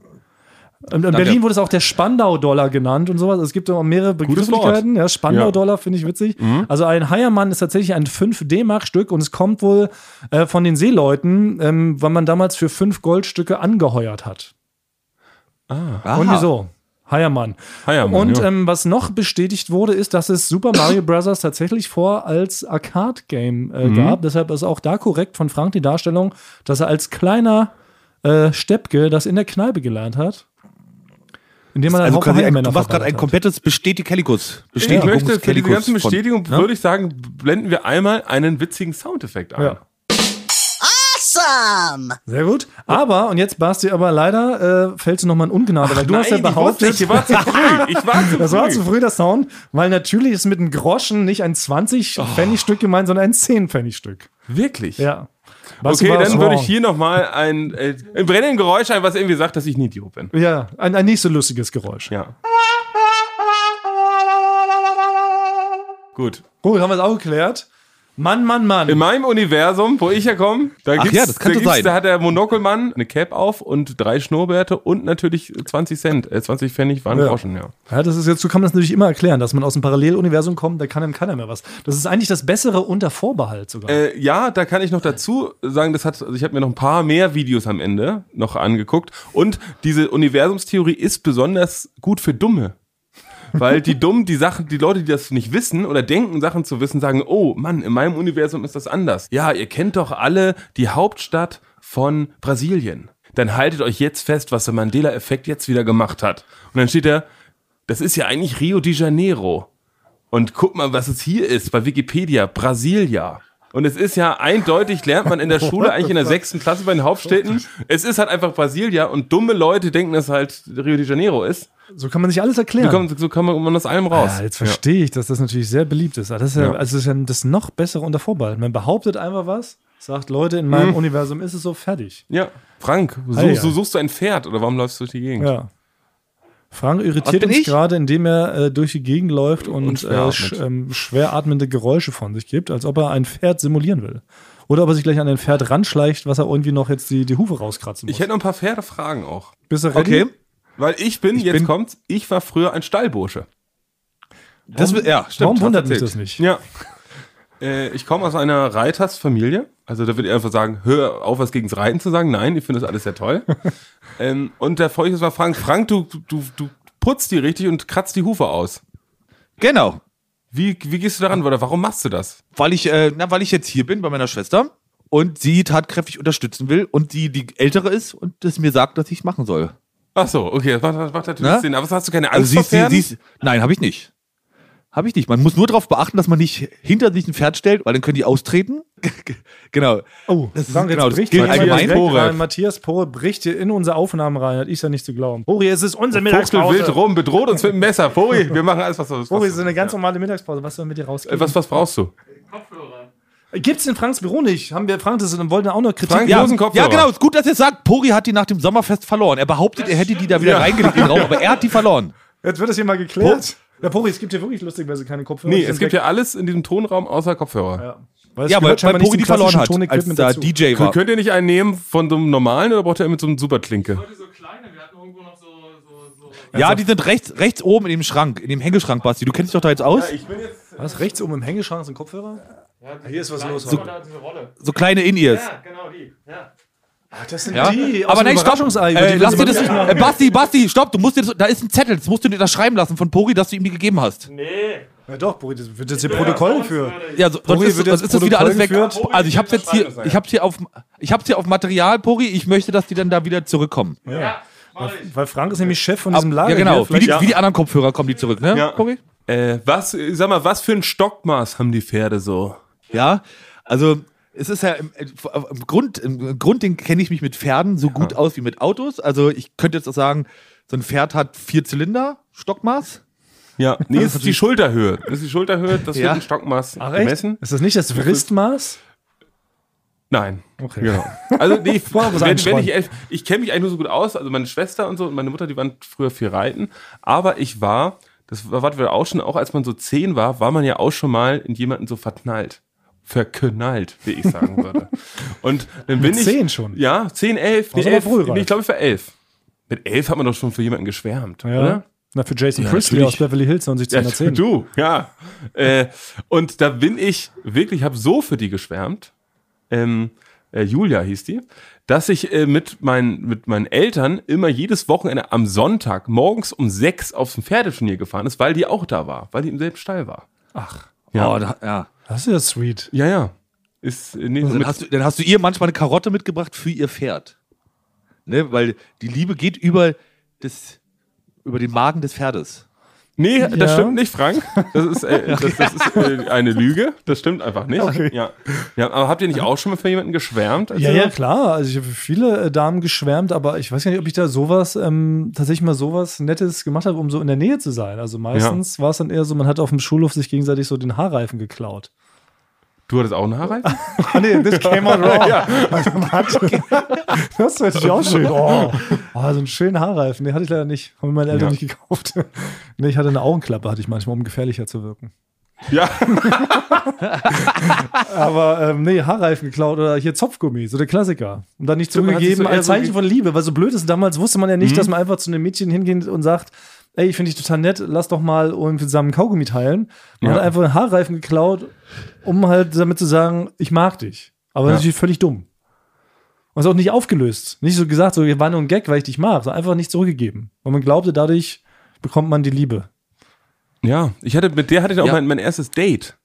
In in Berlin wurde es auch der Spandau-Dollar genannt und sowas. Es gibt auch mehrere Begrifflichkeiten. Ja, Spandau-Dollar finde ich witzig. Also ein Heiermann ist tatsächlich ein 5-D-Mark-Stück und es kommt wohl äh, von den Seeleuten, ähm, weil man damals für 5 Goldstücke angeheuert hat. Und wieso? Heiermann.
Heiermann,
Und
ja.
ähm, was noch bestätigt wurde, ist, dass es Super Mario Bros. tatsächlich vor als Arcade-Game äh, gab. Deshalb ist auch da korrekt von Frank die Darstellung, dass er als kleiner äh, Steppke das in der Kneipe gelernt hat. Indem man dann
also
also
quasi, ein-
Heiermänner
du machst gerade ein
verballert hat.
komplettes Bestätigellikus.
Ich möchte für diese
Bestätigungs-Kellikus
ganzen
von-
Bestätigung
Ja?
würde ich sagen, blenden wir einmal einen witzigen Soundeffekt ein.
Ja.
Awesome!
Sehr gut. Aber, und jetzt, Basti, aber leider äh, fällst du nochmal in Ungnade, weil du hast ja
Nein,
behauptet,
ich wusste nicht, ich war zu früh. Ich war zu
Das
früh.
war zu früh, der Sound, weil natürlich ist mit einem Groschen nicht ein 20-Pfennig-Stück gemeint, sondern ein 10-Pfennig-Stück.
Wirklich?
Ja. Was
Okay,
war
dann würde
wrong?
ich hier nochmal ein, äh, ein brennendes Geräusch ein, was irgendwie sagt, dass ich ein Idiot bin.
Ja, ein, ein nicht so lustiges Geräusch.
Ja. Gut.
Gut, haben wir es auch geklärt. Mann, Mann, Mann.
In meinem Universum, wo ich herkomme, da gibt's,
ja, das
da,
kann so
gibt's
sein.
da hat der Monokelmann eine Cap auf und drei Schnurrbärte und natürlich 20 Cent, äh, 20 Pfennig waren
Ja.
Groschen, ja.
Ja, das ist jetzt, so kann man das natürlich immer erklären, dass man aus dem Paralleluniversum kommt, da kann einem keiner mehr was. Das ist eigentlich das Bessere unter Vorbehalt sogar.
Äh, ja, da kann ich noch dazu sagen, das hat, also ich habe mir noch ein paar mehr Videos am Ende noch angeguckt und diese Universumstheorie ist besonders gut für Dumme. Weil die Dummen, die Sachen, die Leute, die das nicht wissen oder denken, Sachen zu wissen, sagen, oh Mann, in meinem Universum ist das anders. Ja, ihr kennt doch alle die Hauptstadt von Brasilien. Dann haltet euch jetzt fest, was der Mandela-Effekt jetzt wieder gemacht hat. Und dann steht da, das ist ja eigentlich Rio de Janeiro. Und guck mal, was es hier ist bei Wikipedia, Brasilia. Und es ist ja eindeutig, lernt man in der Schule, eigentlich in der sechsten Klasse bei den Hauptstädten, es ist halt einfach Brasilia und dumme Leute denken, dass halt Rio de Janeiro ist.
so kann man sich alles
So
erklären.
kommt, so kommt man aus allem raus.
ja, jetzt verstehe ich, dass das natürlich sehr beliebt ist. Aber Das ist ja, Also das ist ja das noch Bessere unter Vorbehalt. Man behauptet einfach was, sagt, Leute, in
Hm.
meinem Universum ist es so fertig.
Ja. ja. Frank, so,
Ah, ja.
so suchst du ein Pferd oder warum läufst du durch die Gegend?
Ja. Frank irritiert
bin
uns
ich?
gerade, indem er äh, durch die Gegend läuft und,
Und
schwer,
schwer
äh,
atmet.
sch, ähm, schwer atmende Geräusche von sich gibt, als ob er ein Pferd simulieren will. Oder ob er sich gleich an ein Pferd ranschleicht, was er irgendwie noch jetzt die, die Hufe rauskratzen muss.
Ich hätte noch ein paar Pferdefragen auch.
Bist du ready?
Okay.
Weil ich bin, jetzt
bin-
kommt's, ich war früher ein Stallbursche.
Das, ja, stimmt.
Warum wundert mich
erzählt.
das nicht?
Ja. Äh, ich komme aus einer Reitersfamilie. Also da würde ich einfach sagen, hör auf, was gegens Reiten zu sagen. Nein, ich finde das alles sehr toll. ähm, und der Folgendes war Frank, Frank, du, du, du putzt die richtig und kratzt die Hufe aus.
Genau.
Wie, wie gehst du daran? Oder warum machst du das?
Weil ich, äh, na, weil ich jetzt hier bin bei meiner Schwester und sie tatkräftig unterstützen will und die die ältere ist und es mir sagt, dass ich machen soll.
Ach so, okay, das macht, das macht natürlich
Na?
Sinn. Aber hast du keine
Also
Angst
sie ist,
vor
sie,
Pferden?
sie ist, nein, habe ich nicht. Habe ich nicht. Man muss nur darauf beachten, dass man nicht hinter sich ein Pferd stellt, weil dann können die austreten. genau.
Oh,
Das ist-
Frank, jetzt
genau, das
bricht
gilt
hier jemand
allgemein.
direkt
Porep.
rein. Matthias Pore bricht hier in unsere Aufnahmen rein, hat ich ja nicht zu glauben. Pori, es ist unsere
Fuchtel wild
Mittagspause.
rum, bedroht uns mit dem Messer. Fori, wir machen alles, was du
Pori, es ist
was,
eine ganz normale Mittagspause. Was sollen wir dir rausgeben?
äh, was, was brauchst du?
Gibt's in Franks Büro nicht? Haben wir Frank, das wollten auch noch Kritik.
Frank,
Ja,
Rosenkopfhörer.
ja, genau. Ist gut, dass ihr sagt, Pori hat die nach dem Sommerfest verloren. Er behauptet, er hätte die da wieder reingelegt im Raum, aber er hat die verloren.
Jetzt wird das hier mal geklärt. Ja, Pori, es gibt hier wirklich lustigerweise keine Kopfhörer.
Nee,
Die
es
sind
gibt
weg.
ja alles in diesem Tonraum außer Kopfhörer.
Ja, weil, es
Ja, weil,
gehört scheinbar
weil
nicht
Pori
zum
die verloren
klassischen
hat, als
Tonequipment
da
dazu.
DJ
Kön-
war.
Könnt ihr nicht einen nehmen von so einem normalen oder braucht ihr mit so einem Superklinke?
Ja,
Also-
die sind rechts, rechts oben in dem Schrank, in dem Hängeschrank, Basti. Du kennst dich doch da jetzt aus.
Was, rechts oben im Hängeschrank sind Kopfhörer? Hier ist was los heute.
So kleine In-Ears.
Ach, das sind
Ja?
die aus
Aber
dem
nein, stopp.
Überraschungsei. über
Äh,
die
lass dir
wir-
das nicht. Äh, Basti, Basti, stopp. Du musst dir das, da ist ein Zettel. Das musst du dir das schreiben lassen von Pori, dass du ihm die gegeben hast.
Nee.
Ja, doch, Buri, das wird jetzt hier Protokoll für.
Ja, so, sonst
Pori
ist,
wird
sonst
jetzt
ist das wieder alles
Protokoll
weg.
geführt.
Also ich hab's jetzt hier, ich hab's hier auf, ich hab's hier auf Material, Pori. Ich möchte, dass die dann da wieder zurückkommen.
Ja, mach ich.
Weil Frank ist nämlich Chef von diesem Lager.
ja, genau.
Hier,
Wie die,
vielleicht-
wie die anderen Kopfhörer kommen die zurück, ne?
Ja.
Pori?
Äh, was, äh, sag mal, was für ein Stockmaß haben die Pferde so?
Ja, also es ist ja im, äh, im Grund, im Grundding kenne ich mich mit Pferden so gut aus wie mit Autos. Also ich könnte jetzt auch sagen, so ein Pferd hat vier Zylinder, Stockmaß.
Ja, nee, das ist die Schulterhöhe. Das ist die Schulterhöhe, das
Ja.
wird ein Stockmaß
Ach, echt?
gemessen.
Ist das nicht das Wristmaß?
Nein.
Okay.
Genau. Also nee, ich,
Wow, was
wenn, wenn
anspannend.
ich, elf- ich kenne mich eigentlich nur so gut aus. Also meine Schwester und so und meine Mutter, die waren früher viel reiten. Aber ich war, das war- waren wir auch schon, auch als man so zehn war, war man ja auch schon mal in jemanden so verknallt. Verknallt, wie ich sagen würde. Und dann bin ich.
zehn schon?
Ja, zehn, elf. Nee,
Warst aber
elf
früh reif.
nee, ich glaube, ich war elf. Mit elf hat man doch schon für jemanden geschwärmt,
Ja.
oder?
Na, für Jason
Ja,
Priestley
natürlich.
aus Beverly Hills 90210.
Ja, du, ja. äh, und da bin ich wirklich, habe so für die geschwärmt, ähm, äh, Julia hieß die, dass ich äh, mit, meinen mit meinen Eltern immer jedes Wochenende am Sonntag morgens um sechs aufs Pferdeturnier gefahren ist, weil die auch da war, weil die im selben Stall war. Ja.
Oh, da, ja.
Das ist ja sweet.
Ja, ja. Ist, äh, nee, so
Dann
mit,
Also hast, du, dann hast du ihr manchmal eine Karotte mitgebracht für ihr Pferd. Ne? Weil die Liebe geht über, das, über den Magen des Pferdes.
nee das
Ja.
stimmt nicht, Frank. Das ist, äh, das, das ist äh, eine Lüge. Das stimmt einfach nicht. Ja. ja. Aber habt ihr nicht auch schon mal für jemanden geschwärmt? als
Ja,
ihr-
ja, klar. Also ich habe für viele äh, Damen geschwärmt, aber ich weiß gar nicht, ob ich da sowas, ähm, tatsächlich mal sowas Nettes gemacht habe, um so in der Nähe zu sein. Also meistens war es dann eher so, man hat auf dem Schulhof sich gegenseitig so den Haarreifen geklaut.
Du hattest auch einen Haarreif?
Ah nee, this came out wrong. Also, warte. das wäre natürlich auch schön. Oh. oh, so einen schönen Haarreifen, den hatte ich leider nicht. Haben mir meine
Ja.
Eltern nicht gekauft. nee, ich hatte eine Augenklappe, hatte ich manchmal, um gefährlicher zu wirken.
Ja. Ah.
Aber ähm, nee, Haarreifen geklaut oder hier Zopfgummi, so der Klassiker. Und dann nicht
Stimmt, man hat sich
zugegeben
so eher
als
so Mhm.
Zeichen
ge-
von Liebe, weil so blöd ist, damals wusste man ja nicht, dass man einfach zu einem Mädchen hingeht und sagt, ey, ich finde dich total nett, lass doch mal und zusammen Kaugummi teilen. Man
Ja.
hat einfach einen Haarreifen geklaut, um halt damit zu sagen, ich mag dich. Aber
Ja.
natürlich völlig dumm. Und ist auch nicht aufgelöst. Nicht so gesagt, so, war nur ein Gag, weil ich dich mag, sondern einfach nicht zurückgegeben. Und man glaubte, dadurch bekommt man die Liebe.
Ja, ich hatte, mit der hatte ich auch
Ja.
mein, mein erstes Date.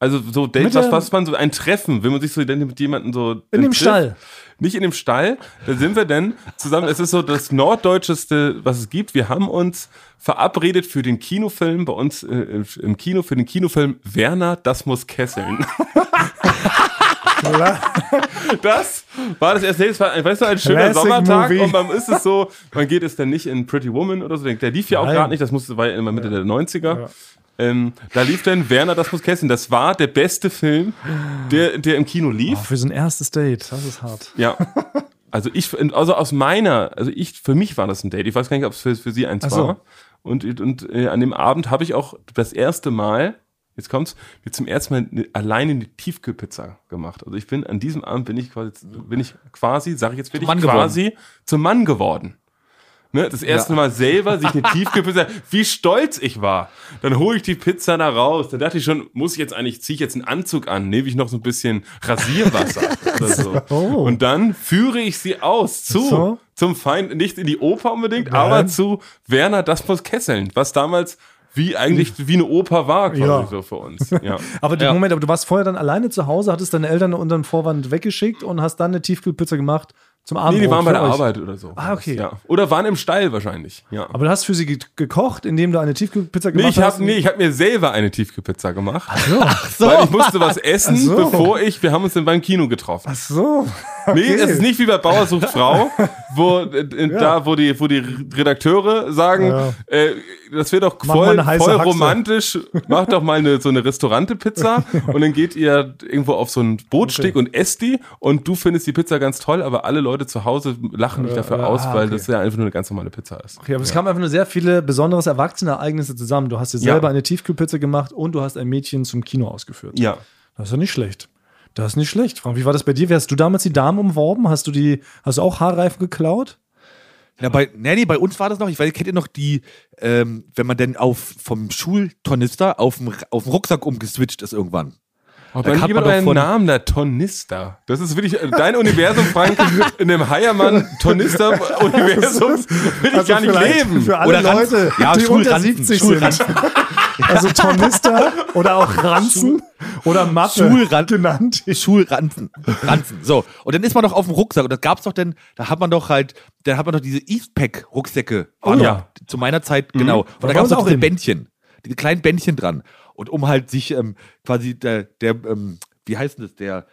Also so Date,
Mit
was,
der-
was man so ein Treffen, wenn man sich so dann mit jemandem so
In
dann
dem
trifft.
Stall.
Nicht in dem Stall, da sind wir denn zusammen. Es ist so das norddeutscheste, was es gibt. Wir haben uns verabredet für den Kinofilm bei uns äh, im- im Kino für den Kinofilm Werner, das muss kesseln. Das war das erste. Es war, ein- weißt du, ein schöner
Classic
Sommertag
Movie.
und man ist es so, man geht es dann nicht in Pretty Woman oder so. Der lief ja auch
Nein.
gerade nicht, das musste, war ja immer Mitte der 90er.
Ja.
Ähm, da lief dann Werner das muss kesseln. Das war der beste Film, der, der im Kino lief.
Oh, für so ein erstes Date, das ist hart.
Ja. Also ich, also aus meiner, also ich, für mich war das ein Date. Ich weiß gar nicht, ob es für, für sie eins
Ach so.
war. Und, und äh, an dem Abend habe ich auch das erste Mal, jetzt kommt's, mir zum ersten Mal eine, alleine eine Tiefkühlpizza gemacht. Also ich bin an diesem Abend bin ich quasi, bin ich quasi, sage ich jetzt wirklich,
Mann
quasi zum Mann geworden. Ne, das erste Mal selber sich eine Tiefkühlpizza, wie stolz ich war. Dann hole ich die Pizza da raus. Da dachte ich schon, muss ich jetzt eigentlich, ziehe ich jetzt einen Anzug an, nehme ich noch so ein bisschen Rasierwasser oder so.
Oh.
Und dann führe ich sie aus zu,
So.
zum Feind, nicht in die Oper unbedingt, aber zu Werner Das muss kesseln, was damals wie eigentlich wie eine Oper war, quasi
Hm. Ja.
so für uns. Ja.
Aber du,
Ja.
Moment, aber du warst vorher dann alleine zu Hause, hattest deine Eltern unter dem Vorwand weggeschickt und hast dann eine Tiefkühlpizza gemacht zum Abend.
Nee, die waren bei der Arbeit oder so.
Ah, okay.
Ja. Oder waren im Stall wahrscheinlich. Ja.
Aber du hast für sie ge gekocht, indem du eine Tiefkühlpizza
Nee,
gemacht
ich habe
hast.
nee, ich hab mir selber eine Tiefkühlpizza gemacht.
So,
weil ich musste was essen,
so.
bevor ich, wir haben uns dann beim Kino getroffen.
Ach so.
Nee, es ist nicht wie bei Bauer sucht Frau, wo, äh, äh, da, wo die, wo die Redakteure sagen,
Ja.
äh, das wäre doch
Mach mal
voll,
eine heiße
voll
Haxe.
romantisch, macht doch mal eine, so eine Restaurante-Pizza und dann geht ihr irgendwo auf so einen Brotstick und esst die und du findest die Pizza ganz toll, aber alle Leute zu Hause lachen dich dafür
ja,
aus,
ah,
weil
okay.
das ja einfach nur eine ganz normale Pizza ist.
Okay, aber es kamen einfach nur sehr viele besonderes Erwachsene-Ereignisse zusammen. Du hast dir
Ja.
selber eine Tiefkühlpizza gemacht und du hast ein Mädchen zum Kino ausgeführt.
Ja.
Das ist ja nicht schlecht. Das ist nicht schlecht. Frank, wie war das bei dir? Wie Hast du damals die Damen umworben? Hast du die, hast du auch Haarreifen geklaut?
Na, bei, nee, nee, bei uns war das noch, ich weiß, kennt ihr noch die, ähm, wenn man denn auf, vom Schultornister auf dem Rucksack umgeswitcht ist irgendwann.
Aber
Da
dann
hat
jemand
man doch
euren
von-
Namen da, Tornister. Das ist wirklich äh, dein Universum, Frank, in dem Heiermann-Tornister-Universum will ich gar nicht
Also vielleicht
leben.
Für alle
Oder Ranzen.
Leute,
Ja,
die unter
Schulranzen,
70
Schulranzen.
sind. Also Tornister oder auch Ranzen oder Mappe
Schulran-
genannt.
Schulranzen. Ranzen. So. Und dann ist man doch auf dem Rucksack. Und das gab's doch denn, da hat man doch halt, da hat man doch diese Eastpack-Rucksäcke.
Oh
War doch
ja. Mhm.
Zu meiner Zeit, genau. Und da
wollen
gab's
sie
doch
auch
diese
hin.
Bändchen. Diese kleinen Bändchen dran. Und um halt sich ähm, quasi der, der ähm, wie heißt denn das, der,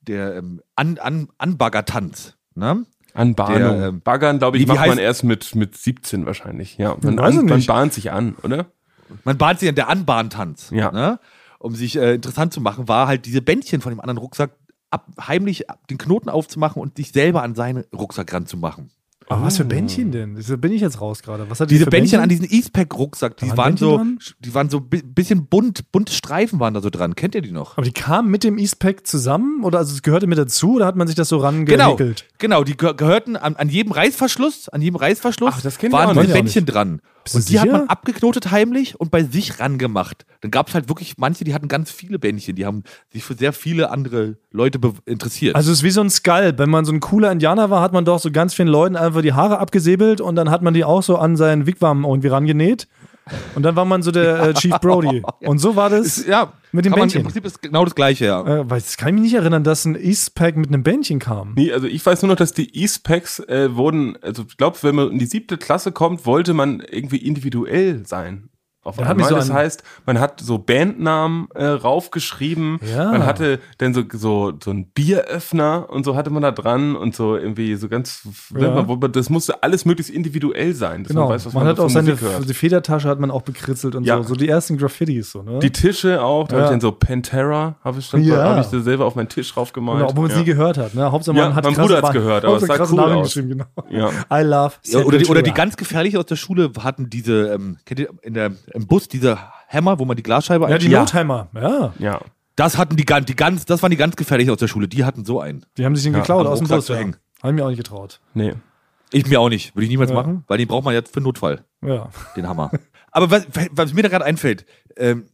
der ähm, An An Anbaggertanz. Ne?
An Bahnung.
Der, ähm,
äh, Baggern, glaube ich,
wie- wie
macht man
heißt-
erst mit, mit 17 wahrscheinlich. Ja, man,
Weiß ich
man
nicht.
bahnt sich an, oder?
Man bahnt sich an der Anbahntanz.
Ja.
Ne? Um sich äh, interessant zu machen, war halt diese Bändchen von dem anderen Rucksack ab, heimlich ab, den Knoten aufzumachen und sich selber an seinen Rucksack ranzumachen.
Aber Oh, was für Bändchen denn? Da bin ich jetzt raus gerade. Was hat die
Diese
für
Bändchen an diesen Eastpack-Rucksack, die
Da
waren,
waren
so,
Bändchen
die waren so bi bisschen bunt, bunte Streifen waren da so dran. Kennt ihr die noch?
Aber die kamen mit dem Eastpack zusammen oder also es gehörte mit dazu oder hat man sich das so
Genau,
rangewickelt?
genau, die gehör- gehörten an, an jedem Reißverschluss, an jedem Reißverschluss
Ach, das kenn ich auch
waren
nicht.
diese Bändchen dran.
Bist du
Und die hat
sicher?
man abgeknotet heimlich und bei sich rangemacht. Dann gab es halt wirklich manche, die hatten ganz viele Bändchen, die haben sich für sehr viele andere Leute be- interessiert.
Also es ist wie so ein Skull. Wenn man so ein cooler Indianer war, hat man doch so ganz vielen Leuten einfach die Haare abgesäbelt und dann hat man die auch so an seinen Wigwam irgendwie rangenäht. Und dann war man so der äh, Chief Brody. Und so war das.
ja,
mit dem
kann man,
Bändchen.
Im Prinzip ist genau das Gleiche, ja.
Äh, weil das kann ich mich nicht erinnern, dass ein Eastpack mit einem Bändchen kam.
Nee, also ich weiß nur noch, dass die Eastpacks äh, wurden, also ich glaube, wenn man in die siebte Klasse kommt, wollte man irgendwie individuell sein. Auf
Ja, hat mich
einmal.
so
das
an-
heißt, man hat so Bandnamen äh, raufgeschrieben,
Ja.
man hatte dann so, so, so einen Bieröffner und so hatte man da dran und so irgendwie so ganz,
Ja.
man, wo man- das musste alles möglichst individuell sein, dass
Genau.
man
Man,
weiß, was man,
hat
da
auch
für
seine
Musik hört.
die Federtasche hat man auch bekritzelt und
Ja.
so. So die ersten Graffitis. So, ne?
Die Tische auch, da
Ja.
habe ich dann so Pantera, habe ich dann
Ja.
habe ich da selber auf meinen Tisch draufgemalt.
Genau, obwohl man es
ja.
nie gehört hat. Ne? Hauptsache
Ja,
man hat
mein
krasse
Bruder hat's
Ba-
gehört, aber es
Hauptsache
sah
krasse
cool
Namen
aus.
geschrieben, genau.
Ja.
I love
Ja, oder, die, oder die
Sepultura.
ganz gefährlichen aus der Schule hatten diese, ähm, kennt ihr, in der, im Bus diese Hämmer, wo man die Glasscheibe
Ja, die
einschlägt?
Notheimer. Ja,
ja.
Das hatten die, gan- die ganz, das waren die ganz gefährlichen aus der Schule, die hatten so einen.
die haben sich den
Ja,
geklaut
am
aus dem
Rucksack
Bus.
zu
Ja.
hängen.
Haben mir auch nicht getraut.
Nee.
Ich mir auch nicht, würde ich niemals
Ja.
machen, weil den braucht man jetzt für Notfall,
Ja.
den Hammer. Aber was, was mir da gerade einfällt, ähm,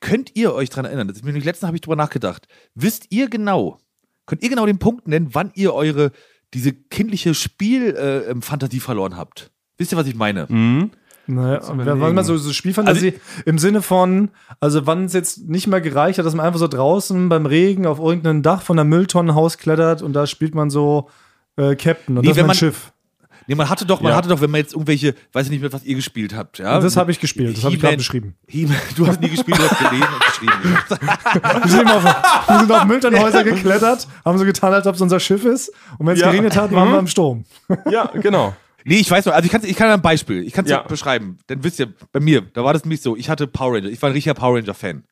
könnt ihr euch dran erinnern, das ist mir nämlich letztens habe ich drüber nachgedacht, wisst ihr genau, könnt ihr genau den Punkt nennen, wann ihr eure, diese kindliche Spielfantasie äh, ähm, Fantasie verloren habt? Wisst ihr, was ich meine?
Mhm.
Naja,
überlegen.
war mal so, so
Also
Spielfantasie im Sinne von, also wann es jetzt nicht mehr gereicht hat, dass man einfach so draußen beim Regen auf irgendeinem Dach von einem Mülltonnenhaus klettert und da spielt man so äh, Captain und
Nee,
das ist
wenn
mein
man-
Schiff.
Nee, man hatte doch, man
Ja.
hatte doch, wenn man jetzt irgendwelche, weiß ich nicht mehr, was ihr gespielt habt. Ja?
Und das habe ich gespielt, das habe ich
He-Man-
gerade beschrieben.
He-Man- Du hast nie gespielt, du hast gelesen und geschrieben.
Wir sind, auf, wir sind auf Mülltonnenhäuser geklettert, haben so getan, als ob es unser Schiff ist und wenn es
Ja.
geregnet hat,
Mhm.
waren wir im Sturm.
Ja, genau.
Nee, ich weiß noch, also ich, kann's- ich kann ein Beispiel, ich kann es
Ja.
beschreiben. Dann wisst ihr, bei mir, da war das nämlich so, ich hatte Power Ranger, ich war ein richtiger Power Ranger-Fan.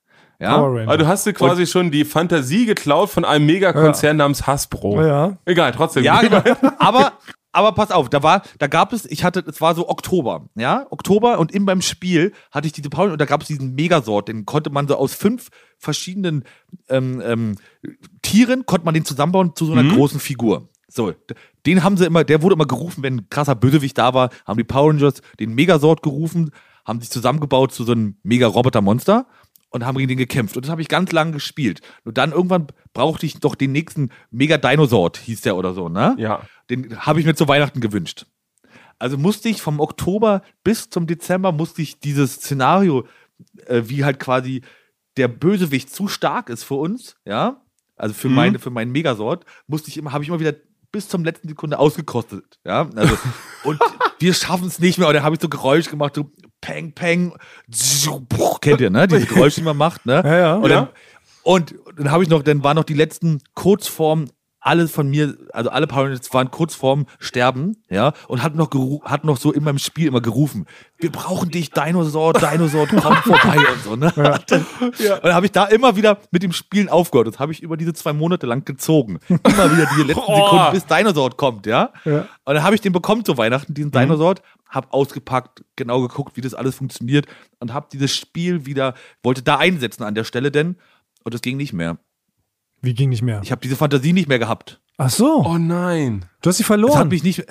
Ja?
Power Ranger.
Aber Also du hast dir quasi schon die Fantasie geklaut von einem Megakonzern namens Hasbro.
Ja.
Egal, trotzdem.
Ja, genau. aber, aber pass auf, da war, da gab es, ich hatte, es war so Oktober, ja, Oktober und in beim Spiel hatte ich diese Paul und da gab es diesen Megasort, den konnte man so aus fünf verschiedenen ähm, ähm, Tieren konnte man den zusammenbauen zu so einer großen Figur. So, d- den haben sie immer, der wurde immer gerufen, wenn ein krasser Bösewicht da war, haben die Power Rangers den Megasort gerufen, haben sich zusammengebaut zu so einem Mega-Roboter-Monster und haben gegen den gekämpft. Und das habe ich ganz lange gespielt. Und dann irgendwann brauchte ich doch den nächsten Mega-Dinosaur, hieß der oder so, ne?
Ja.
Den habe ich mir zu Weihnachten gewünscht. Also musste ich vom Oktober bis zum Dezember musste ich dieses Szenario, äh, wie halt quasi der Bösewicht zu stark ist für uns, ja, also für meine, für meinen Megasort, musste ich immer, habe ich immer wieder bis zum letzten Sekunde ausgekostet, ja. Also, und wir schaffen es nicht mehr. Und dann habe ich so Geräusch gemacht, so Peng, Peng, Zschu, bruch, kennt ihr, ne? Diese Geräusche, die man macht, ne?
Ja, ja.
Und dann, und dann habe ich noch, dann waren noch die letzten Kurzformen, alles von mir, also alle Power Rangers waren Kurzformen sterben, ja, und hat noch, geru- hat noch so in meinem Spiel immer gerufen, wir brauchen dich, Dinosaur, Dinosaur, komm vorbei und so, ne? Und dann, und dann habe ich da immer wieder mit dem Spielen aufgehört. Das habe ich über diese zwei Monate lang gezogen. Immer wieder diese letzten
Oh.
Sekunden, bis Dinosaur kommt, ja?
Ja.
Und dann habe ich den bekommen zu Weihnachten, diesen
Mhm.
Dinosaur, habe ausgepackt, genau geguckt, wie das alles funktioniert und habe dieses Spiel wieder, wollte da einsetzen an der Stelle denn, und das ging nicht mehr.
Wie ging nicht mehr?
Ich habe diese Fantasie nicht mehr gehabt.
Ach so,
Oh nein.
du hast sie
Es hat
verloren.
mich nicht,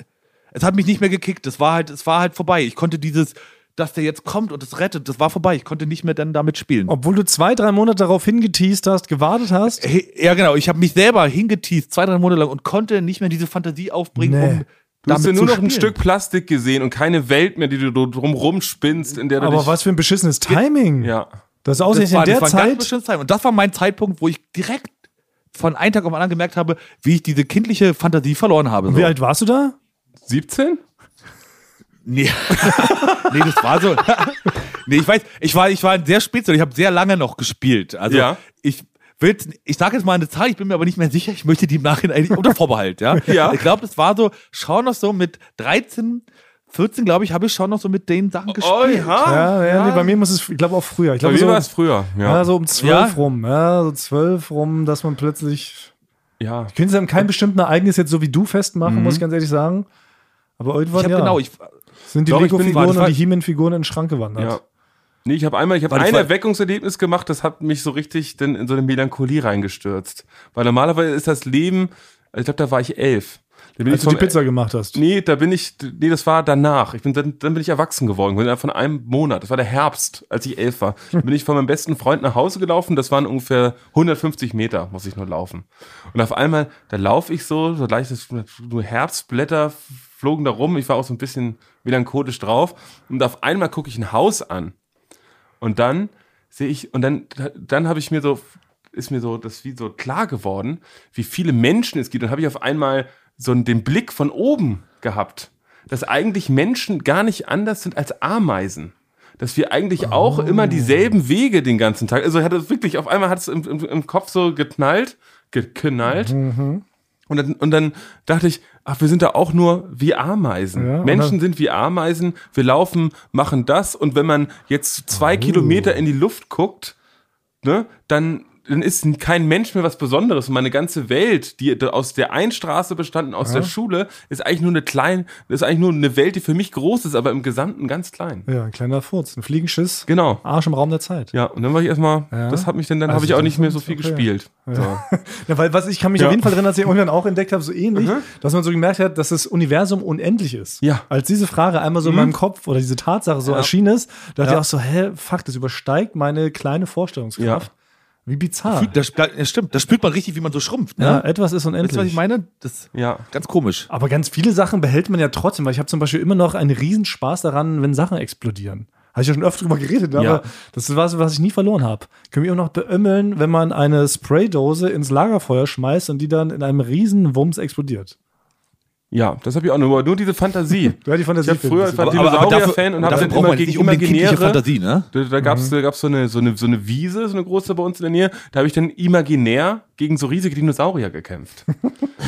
es hat mich nicht mehr gekickt. Es war halt, es war halt vorbei. Ich konnte dieses, dass der jetzt kommt und es rettet. Das war vorbei. Ich konnte nicht mehr dann damit spielen.
Oh.
Obwohl du zwei, drei Monate darauf hingeteased hast, gewartet hast.
Hey, ja, genau. Ich habe mich selber hingeteased, zwei, drei Monate lang und konnte nicht mehr diese Fantasie aufbringen,
Nee.
um
Du hast ja nur
zu
noch ein
spielen.
Stück Plastik gesehen und keine Welt mehr, die du drumrum spinnst, in der du
Aber
dich,
was für ein beschissenes Timing.
Ja.
Das ist ausgerechnet
Das war,
in
das
der
war ein ganz
Zeit.
bestimmtes Zeit. Und das war mein Zeitpunkt, wo ich direkt von einem Tag auf den anderen gemerkt habe, wie ich diese kindliche Fantasie verloren habe. So.
Wie alt warst du da?
17?
Nee. nee, das war so. nee, ich weiß, ich war, ich war sehr spät, ich habe sehr lange noch gespielt. Also
Ja.
ich will, ich sage jetzt mal eine Zahl, ich bin mir aber nicht mehr sicher, ich möchte die im Nachhinein eigentlich unter Vorbehalt, ja.
Ja.
Ich glaube, das war so, schon noch so mit 13, 14, glaube ich, habe ich schon noch so mit den Sachen gespielt.
ja.
Ja, ja, Nee, bei mir muss es, ich glaube auch früher. Ich
Bei
glaube
mir
so,
war es früher. Ja.
ja, so um zwölf
Ja.
rum. Ja, so zwölf rum, dass man plötzlich.
ja.
Ich könnte es an keinem bestimmten Ereignis jetzt so wie du
Mhm.
festmachen, muss ich ganz ehrlich sagen. Aber irgendwann
Ich habe
ja,
genau, ich,
sind die
Doch, ich bin- war-
Lego-Figuren
das war-
und die He-Man-Figuren in den Schrank gewandert.
Ja. Nee, ich habe einmal, ich habe
Warte,
ein
ich war-
Erweckungserlebnis gemacht, das hat mich so richtig dann in so eine Melancholie reingestürzt. Weil normalerweise ist das Leben, also ich glaube, da war ich elf. Da bin
Als
ich
du die
vom-
Pizza gemacht hast.
Nee, da bin ich, nee, das war danach. Ich bin, dann, dann bin ich erwachsen geworden, innerhalb von einem Monat. Das war der Herbst, als ich elf war. Da bin ich von meinem besten Freund nach Hause gelaufen. Das waren ungefähr 150 Meter, muss ich nur laufen. Und auf einmal, da laufe ich so, so leichtes, nur Herbstblätter flogen da rum. Ich war auch so ein bisschen melancholisch drauf. Und auf einmal gucke ich ein Haus an. Und dann sehe ich, und dann, dann habe ich mir so, ist mir so, das wie so klar geworden, wie viele Menschen es gibt. Und habe ich auf einmal so den Blick von oben gehabt, dass eigentlich Menschen gar nicht anders sind als Ameisen. Dass wir eigentlich auch immer dieselben Wege den ganzen Tag. Also ich hatte wirklich, auf einmal hat es im, im, im Kopf so geknallt, geknallt. Und dann, und dann dachte ich, ach, wir sind da auch nur wie Ameisen.
Ja, und
Menschen
dann-
sind wie Ameisen, wir laufen, machen das. Und wenn man jetzt
Oh.
zwei Kilometer in die Luft guckt, ne, dann, dann ist kein Mensch mehr was Besonderes. Und meine ganze Welt, die aus der einen Straße bestanden, aus der Schule, ist eigentlich nur eine kleine, ist eigentlich nur eine Welt, die für mich groß ist, aber im Gesamten ganz klein.
Ja, ein kleiner Furz, ein Fliegenschiss.
Genau.
Arsch im Raum der Zeit.
Ja, und dann war ich erstmal,
Ja.
das hat mich dann, dann
Also
habe ich auch
das
nicht mehr so
ist
viel
okay.
gespielt. So.
Ja, weil was ich kann mich
Ja.
auf jeden Fall erinnern, dass ich irgendwann auch entdeckt habe, so ähnlich, dass man so gemerkt hat, dass das Universum unendlich ist.
Ja.
Als diese Frage einmal so in meinem Kopf oder diese Tatsache so erschienen ist, dachte ich auch so, hä, fuck, das übersteigt meine kleine Vorstellungskraft. Wie bizarr.
das, das stimmt, das spürt man richtig, wie man so schrumpft. Ne?
Ah. Ja, etwas
Wisst
ist
ihr, was
unendlich.
ich meine? Das
Ja.
ganz komisch.
Aber ganz viele Sachen behält man ja trotzdem, weil ich habe zum Beispiel immer noch einen riesen Spaß daran, wenn Sachen explodieren. Habe ich ja schon öfter drüber geredet, ne? aber
Ja.
das ist was, was ich nie verloren habe. Können wir immer noch beömmeln, wenn man eine Spraydose ins Lagerfeuer schmeißt und die dann in einem riesen Wumms explodiert.
Ja, das habe ich auch nur, nur diese Fantasie.
Ja, die Fantasie
ich hab
fehlen.
früher
Das
war Dinosaurier-Fan und habe
dafür
dann
braucht
immer
man
gegen
nicht unbedingt kindliche
imaginäre.
Fantasie, ne?
Da, da gab's da gab's so, eine, so, eine, so eine Wiese, so eine große bei uns in der Nähe. Da habe ich dann imaginär gegen so riesige Dinosaurier gekämpft.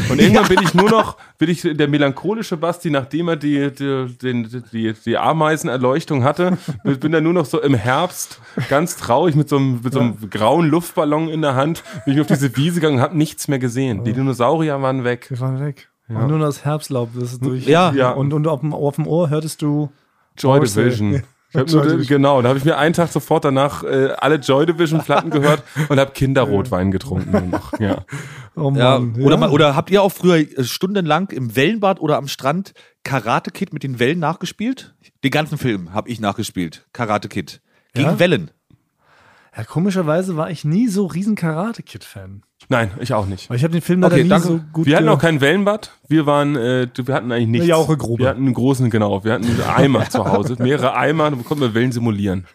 Und irgendwann bin ich nur noch, bin ich der melancholische Basti, nachdem er die, die, den- die, die Ameisenerleuchtung hatte, bin dann nur noch so im Herbst ganz traurig mit so einem, mit so einem grauen Luftballon in der Hand, bin ich auf diese Wiese gegangen und habe nichts mehr gesehen. Die Dinosaurier waren weg.
Wir waren weg. Und nur noch das Herbstlaub, das ist durch.
Ja.
Ja.
Und, und auf, dem, auf dem Ohr hörtest du.
Joy
Morrissey.
Division. Ich hab
Joy
nur,
Division.
genau, da habe ich mir einen Tag sofort danach äh, alle Joy Division Platten gehört und habe Kinderrotwein getrunken nur noch. Ja.
Oh
Ja,
Mann.
oder, man- oder habt ihr auch früher äh, stundenlang im Wellenbad oder am Strand Karate Kid mit den Wellen nachgespielt? Den ganzen Film habe ich nachgespielt. Karate Kid. Gegen
Ja?
Wellen.
ja, komischerweise war ich nie so riesen Karate-Kid-Fan.
Nein, ich auch nicht.
Weil ich habe den Film leider
Okay,
nie
danke.
so gut
Wir hatten
ge-
auch kein Wellenbad. Wir waren, äh, wir hatten eigentlich nichts.
Eine Jauchegrube.
Wir hatten einen großen, genau. Wir hatten Eimer zu Hause, mehrere Eimer. Da konnten wir Wellen simulieren.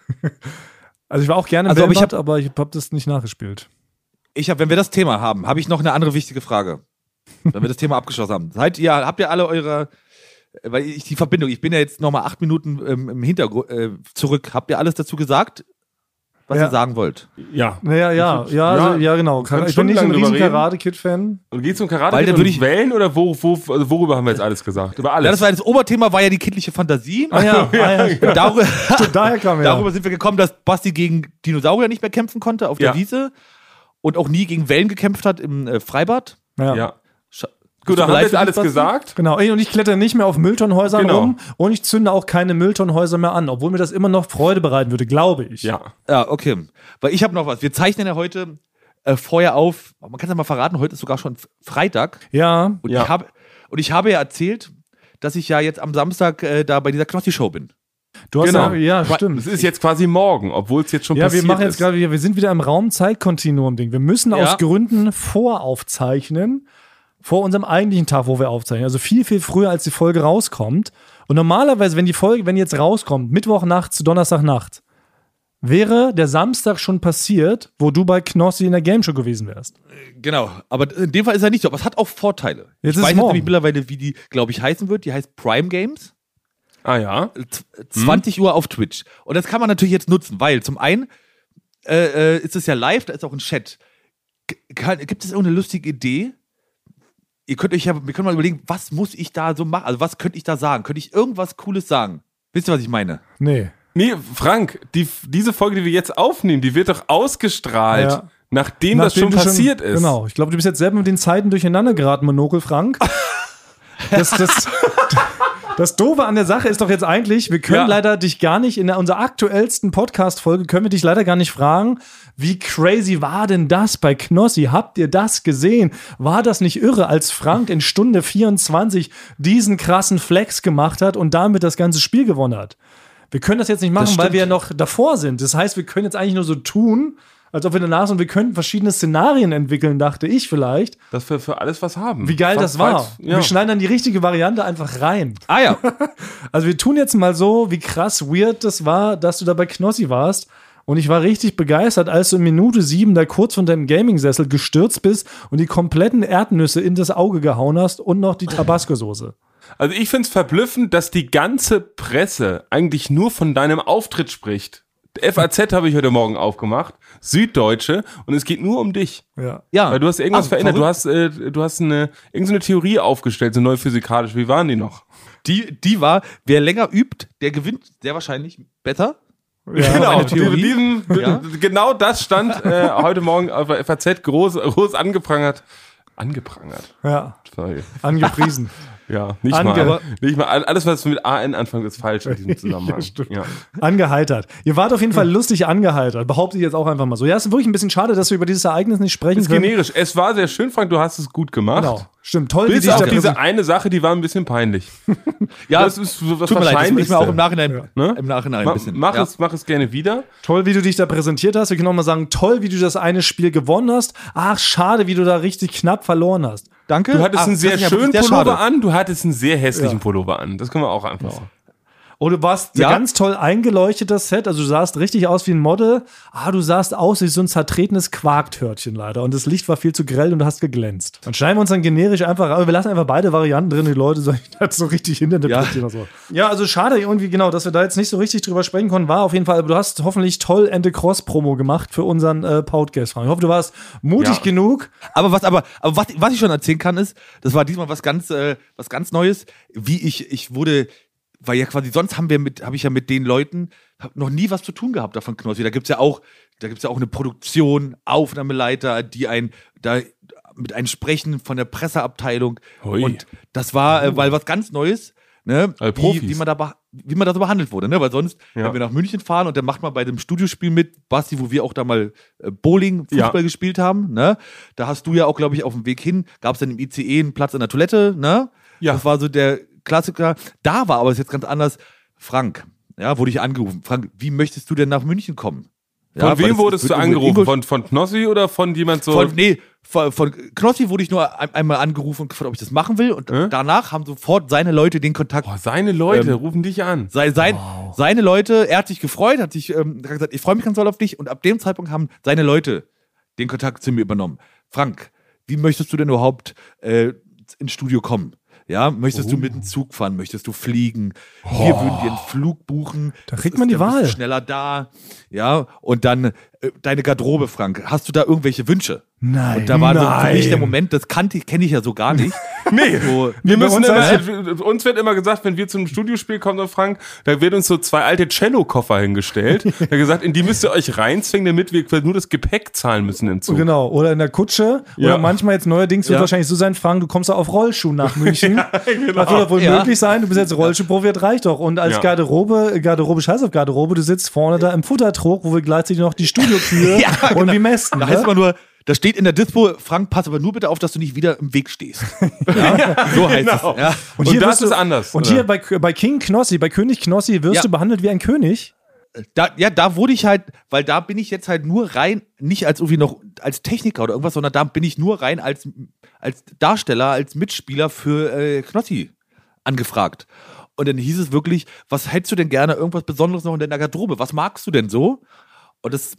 Also ich war auch gerne im
Also, aber ich
Wellenbad, aber ich habe hab das nicht nachgespielt.
Ich hab, wenn wir das Thema haben, habe ich noch eine andere wichtige Frage. Wenn wir das Thema abgeschlossen haben. Seid ihr, habt ihr alle eure, äh, weil ich die Verbindung, ich bin ja jetzt nochmal acht Minuten ähm, im Hintergrund äh, zurück. Habt ihr alles dazu gesagt, was
Ja.
ihr sagen wollt?
Ja.
Naja, ja, ja,
Ja,
also, ja, genau.
kann
Ich bin nicht so ein
stundenlang
riesen
drüber reden.
Karate-Kid-Fan.
Und geht's um Karate
Weil dann
und
würde ich-
Wellen oder wo, wo, also worüber haben wir jetzt alles gesagt? Über alles.
Ja, das war das Oberthema, war ja die kindliche Fantasie.
Ah ja, ah, ja.
Und darüber,
daher kam er.
Darüber sind wir gekommen, dass Basti gegen Dinosaurier nicht mehr kämpfen konnte auf der
Ja.
Wiese und auch nie gegen Wellen gekämpft hat im äh, Freibad.
Ja.
ja. Gut,
mir
da haben wir
leid
jetzt
für dich,
alles
Basti.
gesagt.
Genau, Ey, und ich kletter nicht mehr auf Mülltonnenhäusern
Genau.
rum und ich zünde auch keine Mülltonnenhäuser mehr an, obwohl mir das immer noch Freude bereiten würde, glaube ich.
Ja.
Ja, okay. Weil ich habe noch was. Wir zeichnen ja heute äh, vorher auf. Man kann es ja mal verraten, heute ist sogar schon F- Freitag.
Ja,
Und,
Ja.
ich habe, und ich habe ja erzählt, dass ich ja jetzt am Samstag äh, da bei dieser Knossi-Show bin.
Du hast
Genau.
ja, ja, stimmt.
Es ist jetzt quasi morgen, obwohl es jetzt schon
Ja, wir
passiert
machen jetzt
ist.
gerade wieder, wir sind wieder im Raum Zeitkontinuum-Ding. Wir müssen
Ja.
aus Gründen voraufzeichnen, vor unserem eigentlichen Tag, wo wir aufzeichnen. Also viel, viel früher, als die Folge rauskommt. Und normalerweise, wenn die Folge, wenn die jetzt rauskommt, Mittwochnacht zu Donnerstagnacht, wäre der Samstag schon passiert, wo du bei Knossi in der Game Show gewesen wärst.
Genau, aber in dem Fall ist er nicht so, aber es hat auch Vorteile.
Jetzt
ich
ist
weiß
morgen.
nämlich mittlerweile, wie die, glaube ich, heißen wird. Die heißt Prime Games.
Ah ja.
Z- 20 Uhr auf Twitch. Und das kann man natürlich jetzt nutzen, weil zum einen äh, äh, ist es ja live, da ist auch ein Chat. G- Kann, gibt es irgendeine lustige Idee? Ihr könnt euch ja, wir können mal überlegen, was muss ich da so machen? Also, was könnte ich da sagen? Könnte ich irgendwas Cooles sagen? Wisst ihr, was ich meine?
Nee.
Nee, Frank, die, diese Folge, die wir jetzt aufnehmen, die wird doch ausgestrahlt,
Ja.
nachdem, das schon
du
passiert ist.
Genau. Ich glaube, du bist jetzt selber mit den Zeiten durcheinander geraten, Monokel Frank. Das, das, das Doofe an der Sache ist doch jetzt eigentlich, wir können
Ja.
leider dich gar nicht, in der, unserer aktuellsten Podcast-Folge können wir dich leider gar nicht fragen, wie crazy war denn das bei Knossi? Habt ihr das gesehen? War das nicht irre, als Frank in Stunde 24 diesen krassen Flex gemacht hat und damit das ganze Spiel gewonnen hat? Wir können das jetzt nicht machen, weil
stimmt.
wir ja noch davor sind. Das heißt, wir können jetzt eigentlich nur so tun, als ob wir danach sind. Wir könnten verschiedene Szenarien entwickeln, dachte ich vielleicht.
Dass wir für alles was haben.
Wie geil
Falls-
das war.
falls- Ja.
Wir schneiden dann die richtige Variante einfach rein.
Ah ja,
Also wir tun jetzt mal so, wie krass weird das war, dass du da bei Knossi warst. Und ich war richtig begeistert, als du in Minute sieben da kurz von deinem Gaming-Sessel gestürzt bist und die kompletten Erdnüsse in das Auge gehauen hast und noch die Tabasco-Soße.
Also ich find's verblüffend, dass die ganze Presse eigentlich nur von deinem Auftritt spricht. FAZ habe ich heute Morgen aufgemacht, Süddeutsche, und es geht nur um dich.
Ja.
ja.
Weil du hast irgendwas
Ah,
verändert.
verrückt.
Du hast, äh, du hast eine, irgendeine Theorie aufgestellt, so neu physikalisch. Wie waren die noch?
Die, die war, wer länger übt, der gewinnt sehr wahrscheinlich besser.
Ja.
eine
die-
Theorie.
Genau. Diesen,
Ja.
genau das stand äh, heute Morgen auf der FAZ groß, groß angeprangert. Angeprangert.
ja.
Sorry.
Angepriesen.
Ja, nicht
Ange-
mal. Nicht mal. Alles, was mit AN anfängt, ist falsch in diesem Zusammenhang. Ja.
Angeheitert. Ihr wart auf jeden
Hm.
Fall lustig angeheitert. Behaupte ich jetzt auch einfach mal so. Ja, es ist wirklich ein bisschen schade, dass wir über dieses Ereignis nicht sprechen
Ist
können.
generisch. Es war sehr schön, Frank, du hast es gut gemacht.
Genau. Stimmt, toll,
Bis
dich
auf
da
diese
präsent-
eine Sache, die war ein bisschen peinlich.
Ja,
Das ist so das
tut mir leid, das ist
Wahrscheinlichste.
mir auch im Nachhinein,
Ne?
im Nachhinein
Ma
ein bisschen.
mach,
ja.
es, mach es gerne wieder.
toll, wie du dich da präsentiert hast. Wir können auch mal sagen, toll, wie du das eine Spiel gewonnen hast. Ach, schade, wie du da richtig knapp verloren hast.
Danke.
Du hattest
Ah,
einen sehr
das ist ja
schönen
sehr
Pullover
schade.
an, du hattest einen sehr hässlichen Pullover an. Das können wir auch einfach.
Oh, du warst
Ja.
ganz toll eingeleuchtet, das Set. Also du sahst richtig aus wie ein Model. Ah, du sahst aus wie so ein zertretenes Quarktörtchen leider. Und das Licht war viel zu grell und du hast geglänzt. Dann schneiden wir uns dann generisch einfach, aber wir lassen einfach beide Varianten drin. Die Leute sollen das so richtig hinterpretieren. Ja. So. ja, also schade irgendwie, genau, dass wir da jetzt nicht so richtig drüber sprechen konnten. War auf jeden Fall, aber du hast hoffentlich toll Ende Cross-Promo gemacht für unseren äh, Podcast. Frank. Ich hoffe, du warst mutig
Ja.
genug.
Aber was, aber, aber was, was ich schon erzählen kann, ist, das war diesmal was ganz, äh, was ganz Neues, wie ich, ich wurde, weil ja quasi sonst haben wir mit, habe ich ja mit den Leuten hab noch nie was zu tun gehabt davon Knossi. Da gibt's ja auch, da gibt's ja auch eine Produktion, Aufnahmeleiter, die ein, da mit einem sprechen von der Presseabteilung.
Hui.
Und das war, äh, weil was ganz Neues. Ne,
Also Profis.
wie, wie, man da beha- wie man da so behandelt wurde, ne? Weil sonst,
Ja.
wenn wir nach München fahren und dann macht man bei dem Studiospiel mit, Basti, wo wir auch da mal äh, Bowling,
Ja.
Fußball gespielt haben, ne? Da hast du ja auch, glaube ich, auf dem Weg hin, gab es dann im ICE einen Platz in der Toilette, ne?
Ja.
Das war so der Klassiker. Da war aber es jetzt ganz anders. Frank, ja, wurde ich angerufen. Frank, wie möchtest du denn nach München kommen?
Von
Ja, weil
wem
das
wurdest
wird
du
irgendwo in
angerufen?
Ingolstadt-
Von, von Knossi oder von jemand so?
von, nee, von, von Knossi wurde ich nur ein, einmal angerufen und gefragt, ob ich das machen will. Und
Äh?
danach haben sofort seine Leute den Kontakt
Boah, Oh, seine Leute
Ähm,
rufen dich an.
Sei, sein, Seine Leute, er hat sich gefreut, hat sich ähm, hat gesagt, ich freue mich ganz doll auf dich. Und ab dem Zeitpunkt haben seine Leute den Kontakt zu mir übernommen. Frank, wie möchtest du denn überhaupt äh, ins Studio kommen? Ja, möchtest
Oh.
du mit dem Zug fahren? Möchtest du fliegen? Wir würden dir einen Flug buchen.
Da
Das
kriegt
ist
man die
dann bist du
Wahl.
Schneller da. Ja, und dann äh, deine Garderobe, Frank. Hast du da irgendwelche Wünsche?
Nein.
Und da war so für mich
Nein.
der Moment, das kannte ich, kenne ich ja so gar nicht.
Nee,
So,
wir
bei
müssen uns,
uns
immer,
heißt
äh, uns wird immer gesagt, wenn wir zum Studiospiel kommen, so Frank, da wird uns so zwei alte Cello-Koffer hingestellt. da gesagt, in die müsst ihr euch reinzwingen, damit wir nur das Gepäck zahlen müssen im Zug.
Genau, oder in der Kutsche.
Ja.
Oder manchmal jetzt neuerdings wird
Ja.
wahrscheinlich so sein, Frank, du kommst ja auf Rollschuh nach München.
genau.
Das wird doch wohl
Ja.
möglich sein. Du bist jetzt Rollschuhprofi, das reicht doch. Und als
Ja.
Garderobe, Garderobe, scheiß auf Garderobe, du sitzt vorne da im Futtertrog, wo wir gleichzeitig noch die Studiokühe
Ja,
ne?
genau.
und die mästen.
Da heißt
Ne?
immer nur, da da steht in der Dispo, Frank, pass aber nur bitte auf, dass du nicht wieder im Weg stehst. Ja, so heißt
genau.
es. Ja.
Und,
hier
das
wirst du-
ist anders.
Und
oder?
hier bei, bei King Knossi, bei König Knossi wirst
Ja.
du behandelt wie ein König.
Da, ja, da wurde ich halt, weil da bin ich jetzt halt nur rein, nicht als irgendwie noch als Techniker oder irgendwas, sondern da bin ich nur rein als, als Darsteller, als Mitspieler für äh, Knossi angefragt. Und dann hieß es wirklich, was hättest du denn gerne, irgendwas Besonderes noch in deiner Garderobe? Was magst du denn so? Und das,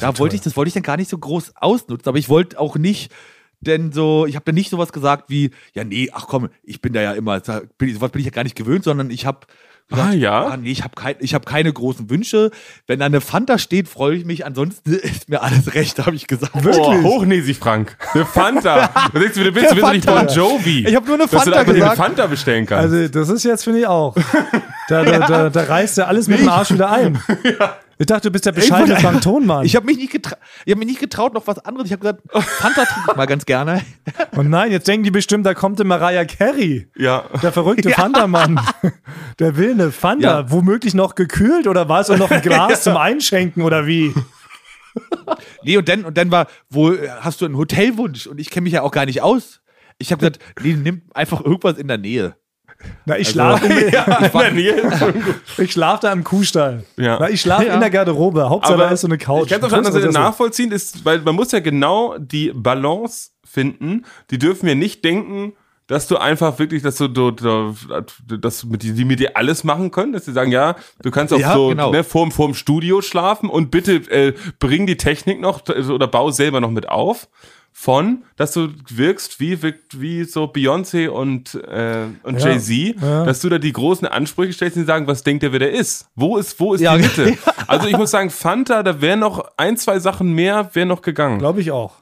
da wollte ich, das wollte ich dann gar nicht so groß ausnutzen, aber ich wollte auch nicht denn so, ich habe dann nicht sowas gesagt wie, ja nee, ach komm, ich bin da ja immer, da bin, ich- sowas bin ich ja gar nicht gewöhnt, sondern ich habe gesagt,
Ah, ja?
nee, ich habe kein, ich hab keine großen Wünsche. Wenn da eine Fanta steht, freue ich mich, ansonsten ist mir alles recht, habe ich gesagt.
Boah, Oh, hochnäsig, Frank. Eine Fanta. Da denkst du, mir, du bist, du bist doch nicht
Fanta.
Bon Jovi.
Ich hab nur eine
Dass du da
Fanta
einfach dir eine
gesagt.
Fanta bestellen kannst.
Also, das ist jetzt, finde ich, auch. Da, da, da, da reißt er alles mit dem Arsch wieder ein. Ich dachte, du bist der bescheidene
wollte
Frank Tonmann.
Ich habe mich, nicht getra- ich hab mich nicht getraut, noch was anderes. Ich habe gesagt, Fanta trinke ich mal ganz gerne.
Und nein, jetzt denken die bestimmt, da kommt der Mariah Carey.
ja.
Der verrückte Fanta-Mann. Der will eine Fanta.
Ja.
Womöglich noch gekühlt oder was? Und noch ein Glas zum Einschenken oder wie?
Nee, und dann, und dann war, wo äh, hast du einen Hotelwunsch? Und ich kenne mich ja auch gar nicht aus. Ich habe gesagt, nee, nimm einfach irgendwas in der Nähe.
Na,
Also
ich schlafe
ja. in der Nähe ist schon gut.
ich schlaf da im Kuhstall.
Ja.
Na, ich schlafe
Ja.
in der Garderobe. Hauptsache, da ist so eine Couch.
Ich kann es auf der anderen Seite
Größeres Essen.
nachvollziehen, ist, weil man muss ja genau die Balance finden. Die dürfen wir nicht denken, dass du einfach wirklich, dass du, du, du dass du mit, die, die mit dir alles machen können, dass sie sagen, ja, du kannst auch
Ja,
so
genau.
ne, vorm, vorm Studio schlafen und bitte äh, bring die Technik noch t- oder bau selber noch mit auf. Von, dass du wirkst wie, wirkt wie so Beyoncé und, äh, und
Ja.
Jay-Z,
Ja.
dass du da die großen Ansprüche stellst und die sagen, was denkt der, wer der ist? Wo ist, wo ist
Ja,
die Mitte? Also ich muss sagen, Fanta, da wären noch ein, zwei Sachen mehr, wären noch gegangen.
Glaube ich auch.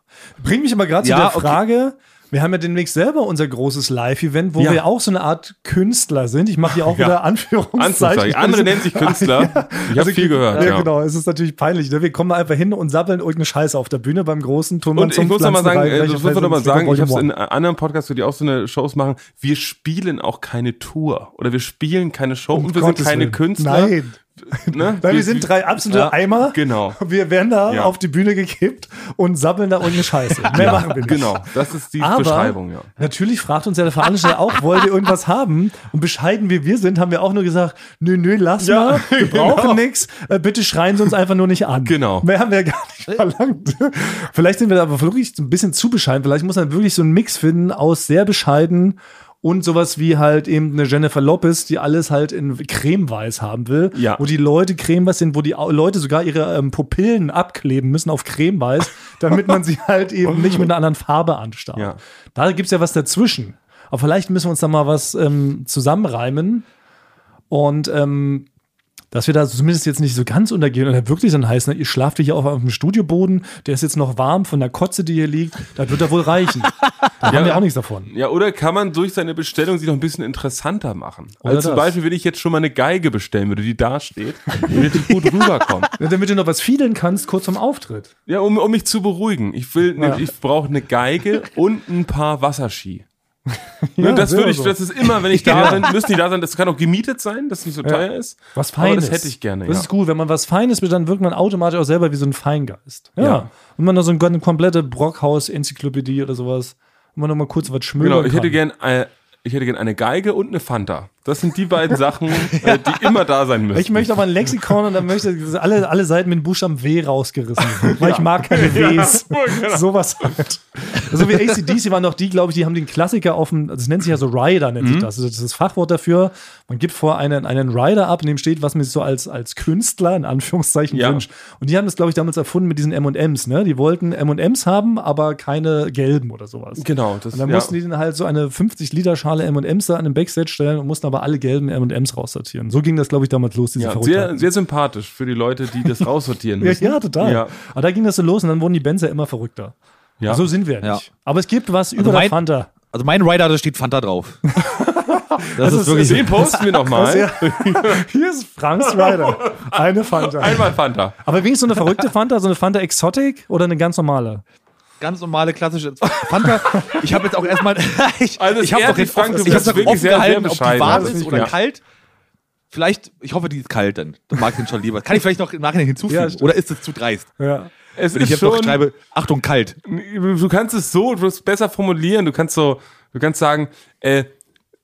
Bringt mich aber gerade
Ja,
zu der
okay.
Frage. Wir haben ja demnächst selber unser großes Live-Event, wo
Ja.
wir auch so eine Art Künstler sind. Ich mache hier auch
Ja.
wieder Anführungszeichen.
Anführungszeichen. Andere nennen sich Künstler. Ich habe viel gehört.
also Ja,
Ja,
genau. Es ist natürlich peinlich. Ne? Wir kommen einfach hin und sabbeln irgendeine Scheiße auf der Bühne beim großen Turmmann
Und ich muss noch mal sagen, äh, das muss man noch mal sagen, ich habe es in
in
äh, anderen Podcasts, wo die auch so eine Shows machen, wir spielen auch keine Tour oder wir spielen keine Show und wir sind keine Künstler.
Um Nein,
Ne?
weil wir sind drei absolute
Ja,
Eimer.
genau.
Wir werden da
Ja.
auf die Bühne gekippt und sabbeln da irgendeine Scheiße. Mehr machen wir nicht.
Genau, das ist die
Aber
Beschreibung, ja.
natürlich fragt uns ja der Veranstalter auch, wollt ihr irgendwas haben? Und bescheiden wie wir sind, haben wir auch nur gesagt, nö, nö, lass mal, wir brauchen nix, äh, bitte schreien sie uns einfach nur nicht an.
Genau.
Mehr haben wir ja gar nicht verlangt. Vielleicht sind wir da aber wirklich ein bisschen zu bescheiden, vielleicht muss man wirklich so einen Mix finden aus sehr bescheiden und sowas wie halt eben eine Jennifer Lopez, die alles halt in cremeweiß haben will,
Ja.
wo die Leute cremeweiß sind, wo die Au- Leute sogar ihre ähm, Pupillen abkleben müssen auf cremeweiß, damit man sie halt eben nicht mit einer anderen Farbe anstarrt.
Ja.
Da gibt es ja was dazwischen. Aber vielleicht müssen wir uns da mal was ähm, zusammenreimen und ähm, dass wir da zumindest jetzt nicht so ganz untergehen und dann wirklich dann heißen, ihr schlaft hier auf, auf dem Studioboden, der ist jetzt noch warm von der Kotze, die hier liegt, das wird da wohl reichen. Da haben wir auch nichts davon.
Ja, oder kann man durch seine Bestellung sie noch ein bisschen interessanter machen?
Oder
Also zum
das.
Beispiel, wenn ich jetzt schon mal eine Geige bestellen würde, die da steht, damit ich gut rüberkomme.
Ja, Damit du noch was fiedeln kannst, kurz vom Auftritt.
Ja, um, um mich zu beruhigen. Ich will, ne,
Ja.
ich brauche eine Geige und ein paar Wasserski. ne, das
sehr
würde ich,
so.
das ist immer, wenn ich da bin, müssen die da sein. Das kann auch gemietet sein, dass es nicht so teuer ist.
Was Feines.
Aber das hätte ich gerne.
Das
ja.
ist gut, wenn man was Feines will, dann wirkt man automatisch auch selber wie so ein Feingeist. Ja.
Ja.
Und man noch so eine gan- komplette Brockhaus-Enzyklopädie oder sowas, wo man noch mal kurz was schmögern
Genau, ich hätte
kann.
gern, äh, ich hätte gern eine Geige und eine Fanta. Das sind die beiden Sachen, äh, die immer da sein müssen.
Ich möchte aber ein Lexikon und dann möchte ich dass alle, alle Seiten mit dem Buchstaben W rausgerissen. werden, Weil ich mag keine Ws.
genau.
Sowas halt. So wie ACDC waren doch die, glaube ich, die haben den Klassiker auf dem, das nennt sich ja so Rider,
Mhm.
nennt sich das. Also Das ist das Fachwort dafür. Man gibt vor einen, einen Rider ab, in dem steht, was man sich so als, als Künstler in Anführungszeichen
Ja.
wünscht. Und die haben das, glaube ich, damals erfunden mit diesen M&Ms. Ne? Die wollten M&Ms haben, aber keine gelben oder sowas.
Genau, das
Und dann
ja.
mussten die dann halt so eine 50-Liter-Schale M&Ms da an den Backstage stellen und mussten aber alle gelben M&Ms raussortieren. So ging das, glaube ich, damals los, diese
ja,
Verrücktheit.
sehr, sehr sympathisch für die Leute, die das raussortieren
ja,
müssen.
ja, total.
Ja.
Aber da ging das so los und dann wurden die Bands ja immer verrückter.
Ja.
So sind wir ja nicht.
Ja.
Aber es gibt was über der
mein-
Fanta.
Also mein Rider, da steht Fanta drauf. Das, ist wirklich.
Den posten wir nochmal.
Hier ist Franks Rider. Eine Fanta.
Einmal Fanta.
Aber wenigstens so eine verrückte Fanta, so eine Fanta Exotic oder eine ganz normale?
ganz normale klassische Fanta. Ich habe jetzt auch erstmal ich,
Also es
ich habe
ehrt
doch jetzt
mich, Frank,
offen,
du
ich
bist
habe
wirklich
offen
sehr, sehr
gehalten, ob
bescheiden.
die warm
Das ist
ist
nicht
oder
gut.
kalt. Vielleicht, ich hoffe, die ist kalt dann. Das mag ich den schon lieber. Kann ich vielleicht noch im Nachhinein hinzufügen
Ja, stimmt.
oder ist es zu dreist?
Ja.
es
Wenn ich
ist
jetzt noch
schon,
schreibe, Achtung, kalt.
du kannst es so, du musst besser formulieren. Du kannst so, du kannst sagen, äh,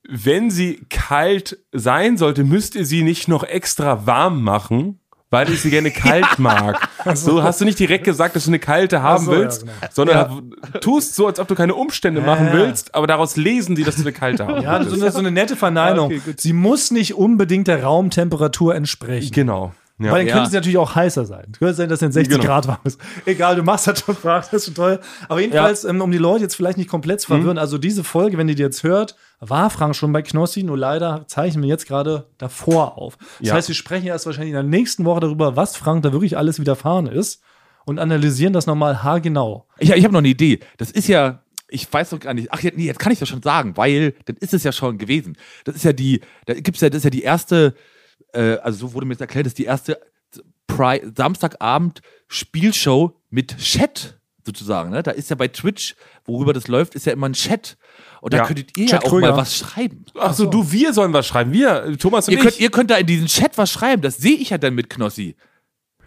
wenn sie kalt sein sollte, müsst ihr sie nicht noch extra warm machen, weil ich sie gerne kalt mag. So hast du nicht direkt gesagt, dass du eine kalte haben
so, ja,
willst,
genau.
sondern tust so, als ob du keine Umstände machen
ja.
willst, aber daraus lesen die, dass du eine kalte haben
Ja, das
willst.
ist so eine nette Verneinung.
Okay, gut.
sie muss nicht unbedingt der Raumtemperatur entsprechen.
Genau. Ja.
Weil dann
ja.
könnte es natürlich auch heißer sein. Könnte sein, dass es dann 60
Genau.
Grad warm ist. Egal, du machst das schon warm, das ist schon toll. Aber jedenfalls, ähm, um die Leute jetzt vielleicht nicht komplett zu verwirren,
Mhm.
also diese Folge, wenn ihr die jetzt hört, war Frank schon bei Knossi, nur leider zeichnen wir jetzt gerade davor auf. Das
Ja.
heißt, wir sprechen erst wahrscheinlich in der nächsten Woche darüber, was Frank da wirklich alles widerfahren ist und analysieren das nochmal haargenau.
Ich, ich habe noch eine Idee. Das ist ja, ich weiß noch gar nicht. Ach, ja, nee, jetzt kann ich das schon sagen, weil dann ist es ja schon gewesen. Das ist ja die, da gibt's ja, das ist ja die erste, äh, also so wurde mir jetzt erklärt, das ist die erste Pri Samstagabend Spielshow mit Chat sozusagen. Ne? Da ist ja bei Twitch, worüber das läuft, ist ja immer ein Chat. Und da
Ja.
könntet ihr
Chat
ja auch
Kröger.
mal was schreiben.
Ach so, du, wir sollen was schreiben. Wir, Thomas und
Ihr könnt,
ich.
ihr könnt da in diesen Chat was schreiben. Das sehe ich ja dann mit Knossi.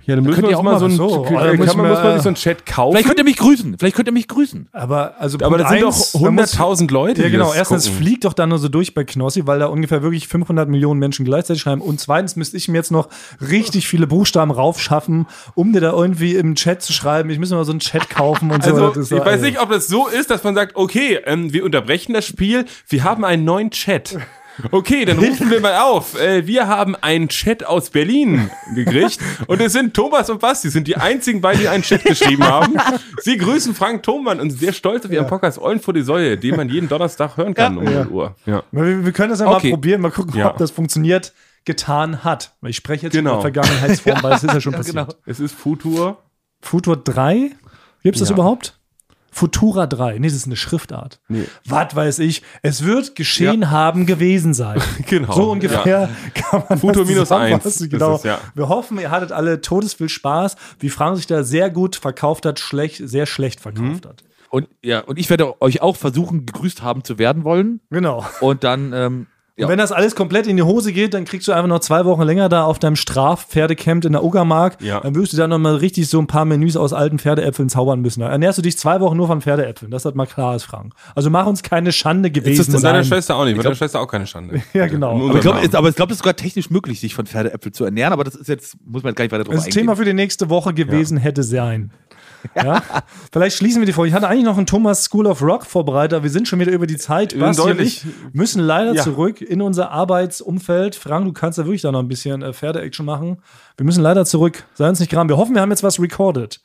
Ja, dann müssen
könnt
wir uns
ihr auch
mal
mal
so ein,
was- so,
kann,
oder
man-
muss
muss
man-
man nicht so ein Chat kaufen.
Vielleicht könnt ihr mich grüßen. Vielleicht könnt ihr mich grüßen.
Aber, also
aber
Punkt
das sind doch
eins, man muss-
100.000 Leute.
Ja,
die
genau.
das
Erstens, es
gucken.
fliegt doch da nur so durch bei Knossi, weil da ungefähr wirklich 500 Millionen Menschen gleichzeitig schreiben. Und zweitens müsste ich mir jetzt noch richtig viele Buchstaben raufschaffen, um dir da irgendwie im Chat zu schreiben. Ich müsste mal so einen Chat kaufen und so.
Also,
Das ist
ich
ja-
weiß nicht, ob das so ist, dass man sagt, okay, ähm, wir unterbrechen das Spiel, wir haben einen neuen Chat. Okay, dann rufen wir mal auf. Äh, wir haben einen Chat aus Berlin gekriegt und es sind Thomas und Basti, sind die einzigen beiden, die einen Chat geschrieben haben. Sie grüßen Frank Thomann und sind sehr stolz auf ihren Podcast Eulen vor die Säule, den man jeden Donnerstag hören kann um 0 Uhr. Ja.
Wir, wir können das ja
Okay.
mal probieren, mal gucken,
Ja.
ob das funktioniert, getan hat. Ich spreche jetzt
Genau.
über Vergangenheitsform, weil das ist ja schon passiert.
Es ist Futur.
Futur 3? Gibt es das
Ja.
überhaupt? Futura 3. Nee, das ist eine Schriftart.
Nee.
Was weiß ich. Es wird geschehen haben gewesen sein.
Genau.
So ungefähr
Ja.
kann man
Futur
das
minus
zusammenfassen.
eins ist
Genau.
es, ja.
Wir hoffen, ihr hattet alle todesviel Spaß, wie Frank sich da sehr gut verkauft hat, schlecht, sehr schlecht
Mhm.
verkauft hat.
Und ja, und ich werde euch auch versuchen, gegrüßt haben zu werden wollen.
Genau.
Und dann, ähm, ja.
Und wenn das alles komplett in die Hose geht, dann kriegst du einfach noch zwei Wochen länger da auf deinem Strafpferdecamp in der Uckermark.
Ja.
Dann wirst du da nochmal richtig so ein paar Menüs aus alten Pferdeäpfeln zaubern müssen. Dann ernährst du dich zwei Wochen nur von Pferdeäpfeln, dass das mal klar ist, Frank. Also mach uns keine Schande gewesen
Und
sein.
deiner Schwester auch nicht. Mit deiner Schwester auch keine Schande.
Ja, genau.
In
aber ich
unserem
glaube, aber ich glaub, das ist sogar technisch möglich, sich von Pferdeäpfel zu ernähren, aber das ist jetzt, muss man jetzt gar nicht weiter drüber
Das ist ein Thema für die nächste Woche gewesen hätte sein. Ja? Vielleicht schließen wir die Folge. Ich hatte eigentlich noch einen Thomas School of Rock Vorbereiter. Wir sind schon wieder über die Zeit.
Wir sind
Basti und
Äh, deutlich.
ich müssen leider
Ja.
zurück in unser Arbeitsumfeld. Frank, du kannst da wirklich da noch ein bisschen äh, Pferde-Action machen. Wir müssen leider zurück. Sei uns nicht gram. Wir hoffen, wir haben jetzt was recorded.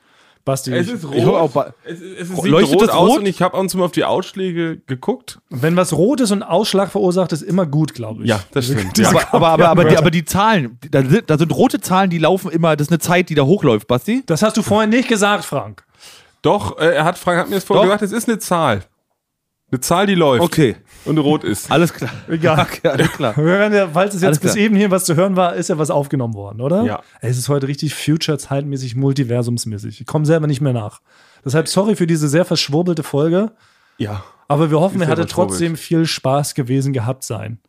Basti,
Es
ich-
ist rot.
Ich hoffe auch bei-
es, es
Ro-
sieht
leuchtet
rot
das
aus
rot?
und ich habe ab und zu mal auf die Ausschläge geguckt.
wenn was rot ist und Ausschlag verursacht, ist immer gut, glaube ich.
das stimmt.
Ja, aber,
Ja.
aber, aber, aber, die, aber die Zahlen, da sind, da sind rote Zahlen, die laufen immer, das ist eine Zeit, die da hochläuft, Basti.
Das hast du vorhin nicht gesagt, Frank.
Doch, äh, er hat Frank hat mir das vorhin
Doch.
gesagt, es ist eine Zahl. Eine Zahl, die läuft und rot ist.
alles klar.
Egal.
Okay, alles klar.
Wir werden ja, falls es
Alles
jetzt bis
klar.
eben hier was zu hören war, ist ja was aufgenommen worden, oder?
Ja.
Es ist heute richtig Future-zeitmäßig, multiversumsmäßig. Ich komme selber nicht mehr nach. Deshalb sorry für diese sehr verschwurbelte Folge,
Ja.
aber wir hoffen,
Ist
ihr
sehr
hattet
verschwurbelt.
trotzdem viel Spaß gewesen gehabt sein.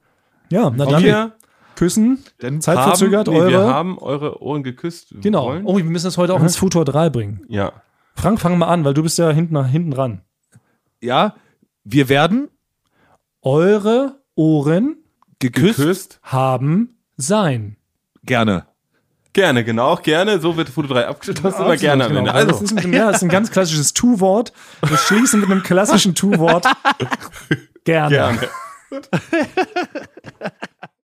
Ja, na dann.
Wir
küssen.
Dann
Zeit
haben,
verzögert,
nee,
eure.
wir haben eure Ohren geküsst.
genau.
Wollen.
Oh, wir müssen das heute auch ins Futur 3 bringen.
Ja.
Frank, fang mal an, weil du bist ja hinten, hinten dran.
Ja, wir werden
Eure Ohren
geküsst.
Küsst.
haben sein.
Gerne.
Gerne, genau, auch gerne. So wird Foto 3 abgeschlossen, aber
Absolut,
gerne am Ende.
genau. Also.
Also,
Das, ist ein, ja, das ist ein ganz klassisches Tu-Wort. Wir schließen mit einem klassischen Tu-Wort. Gerne.
gerne.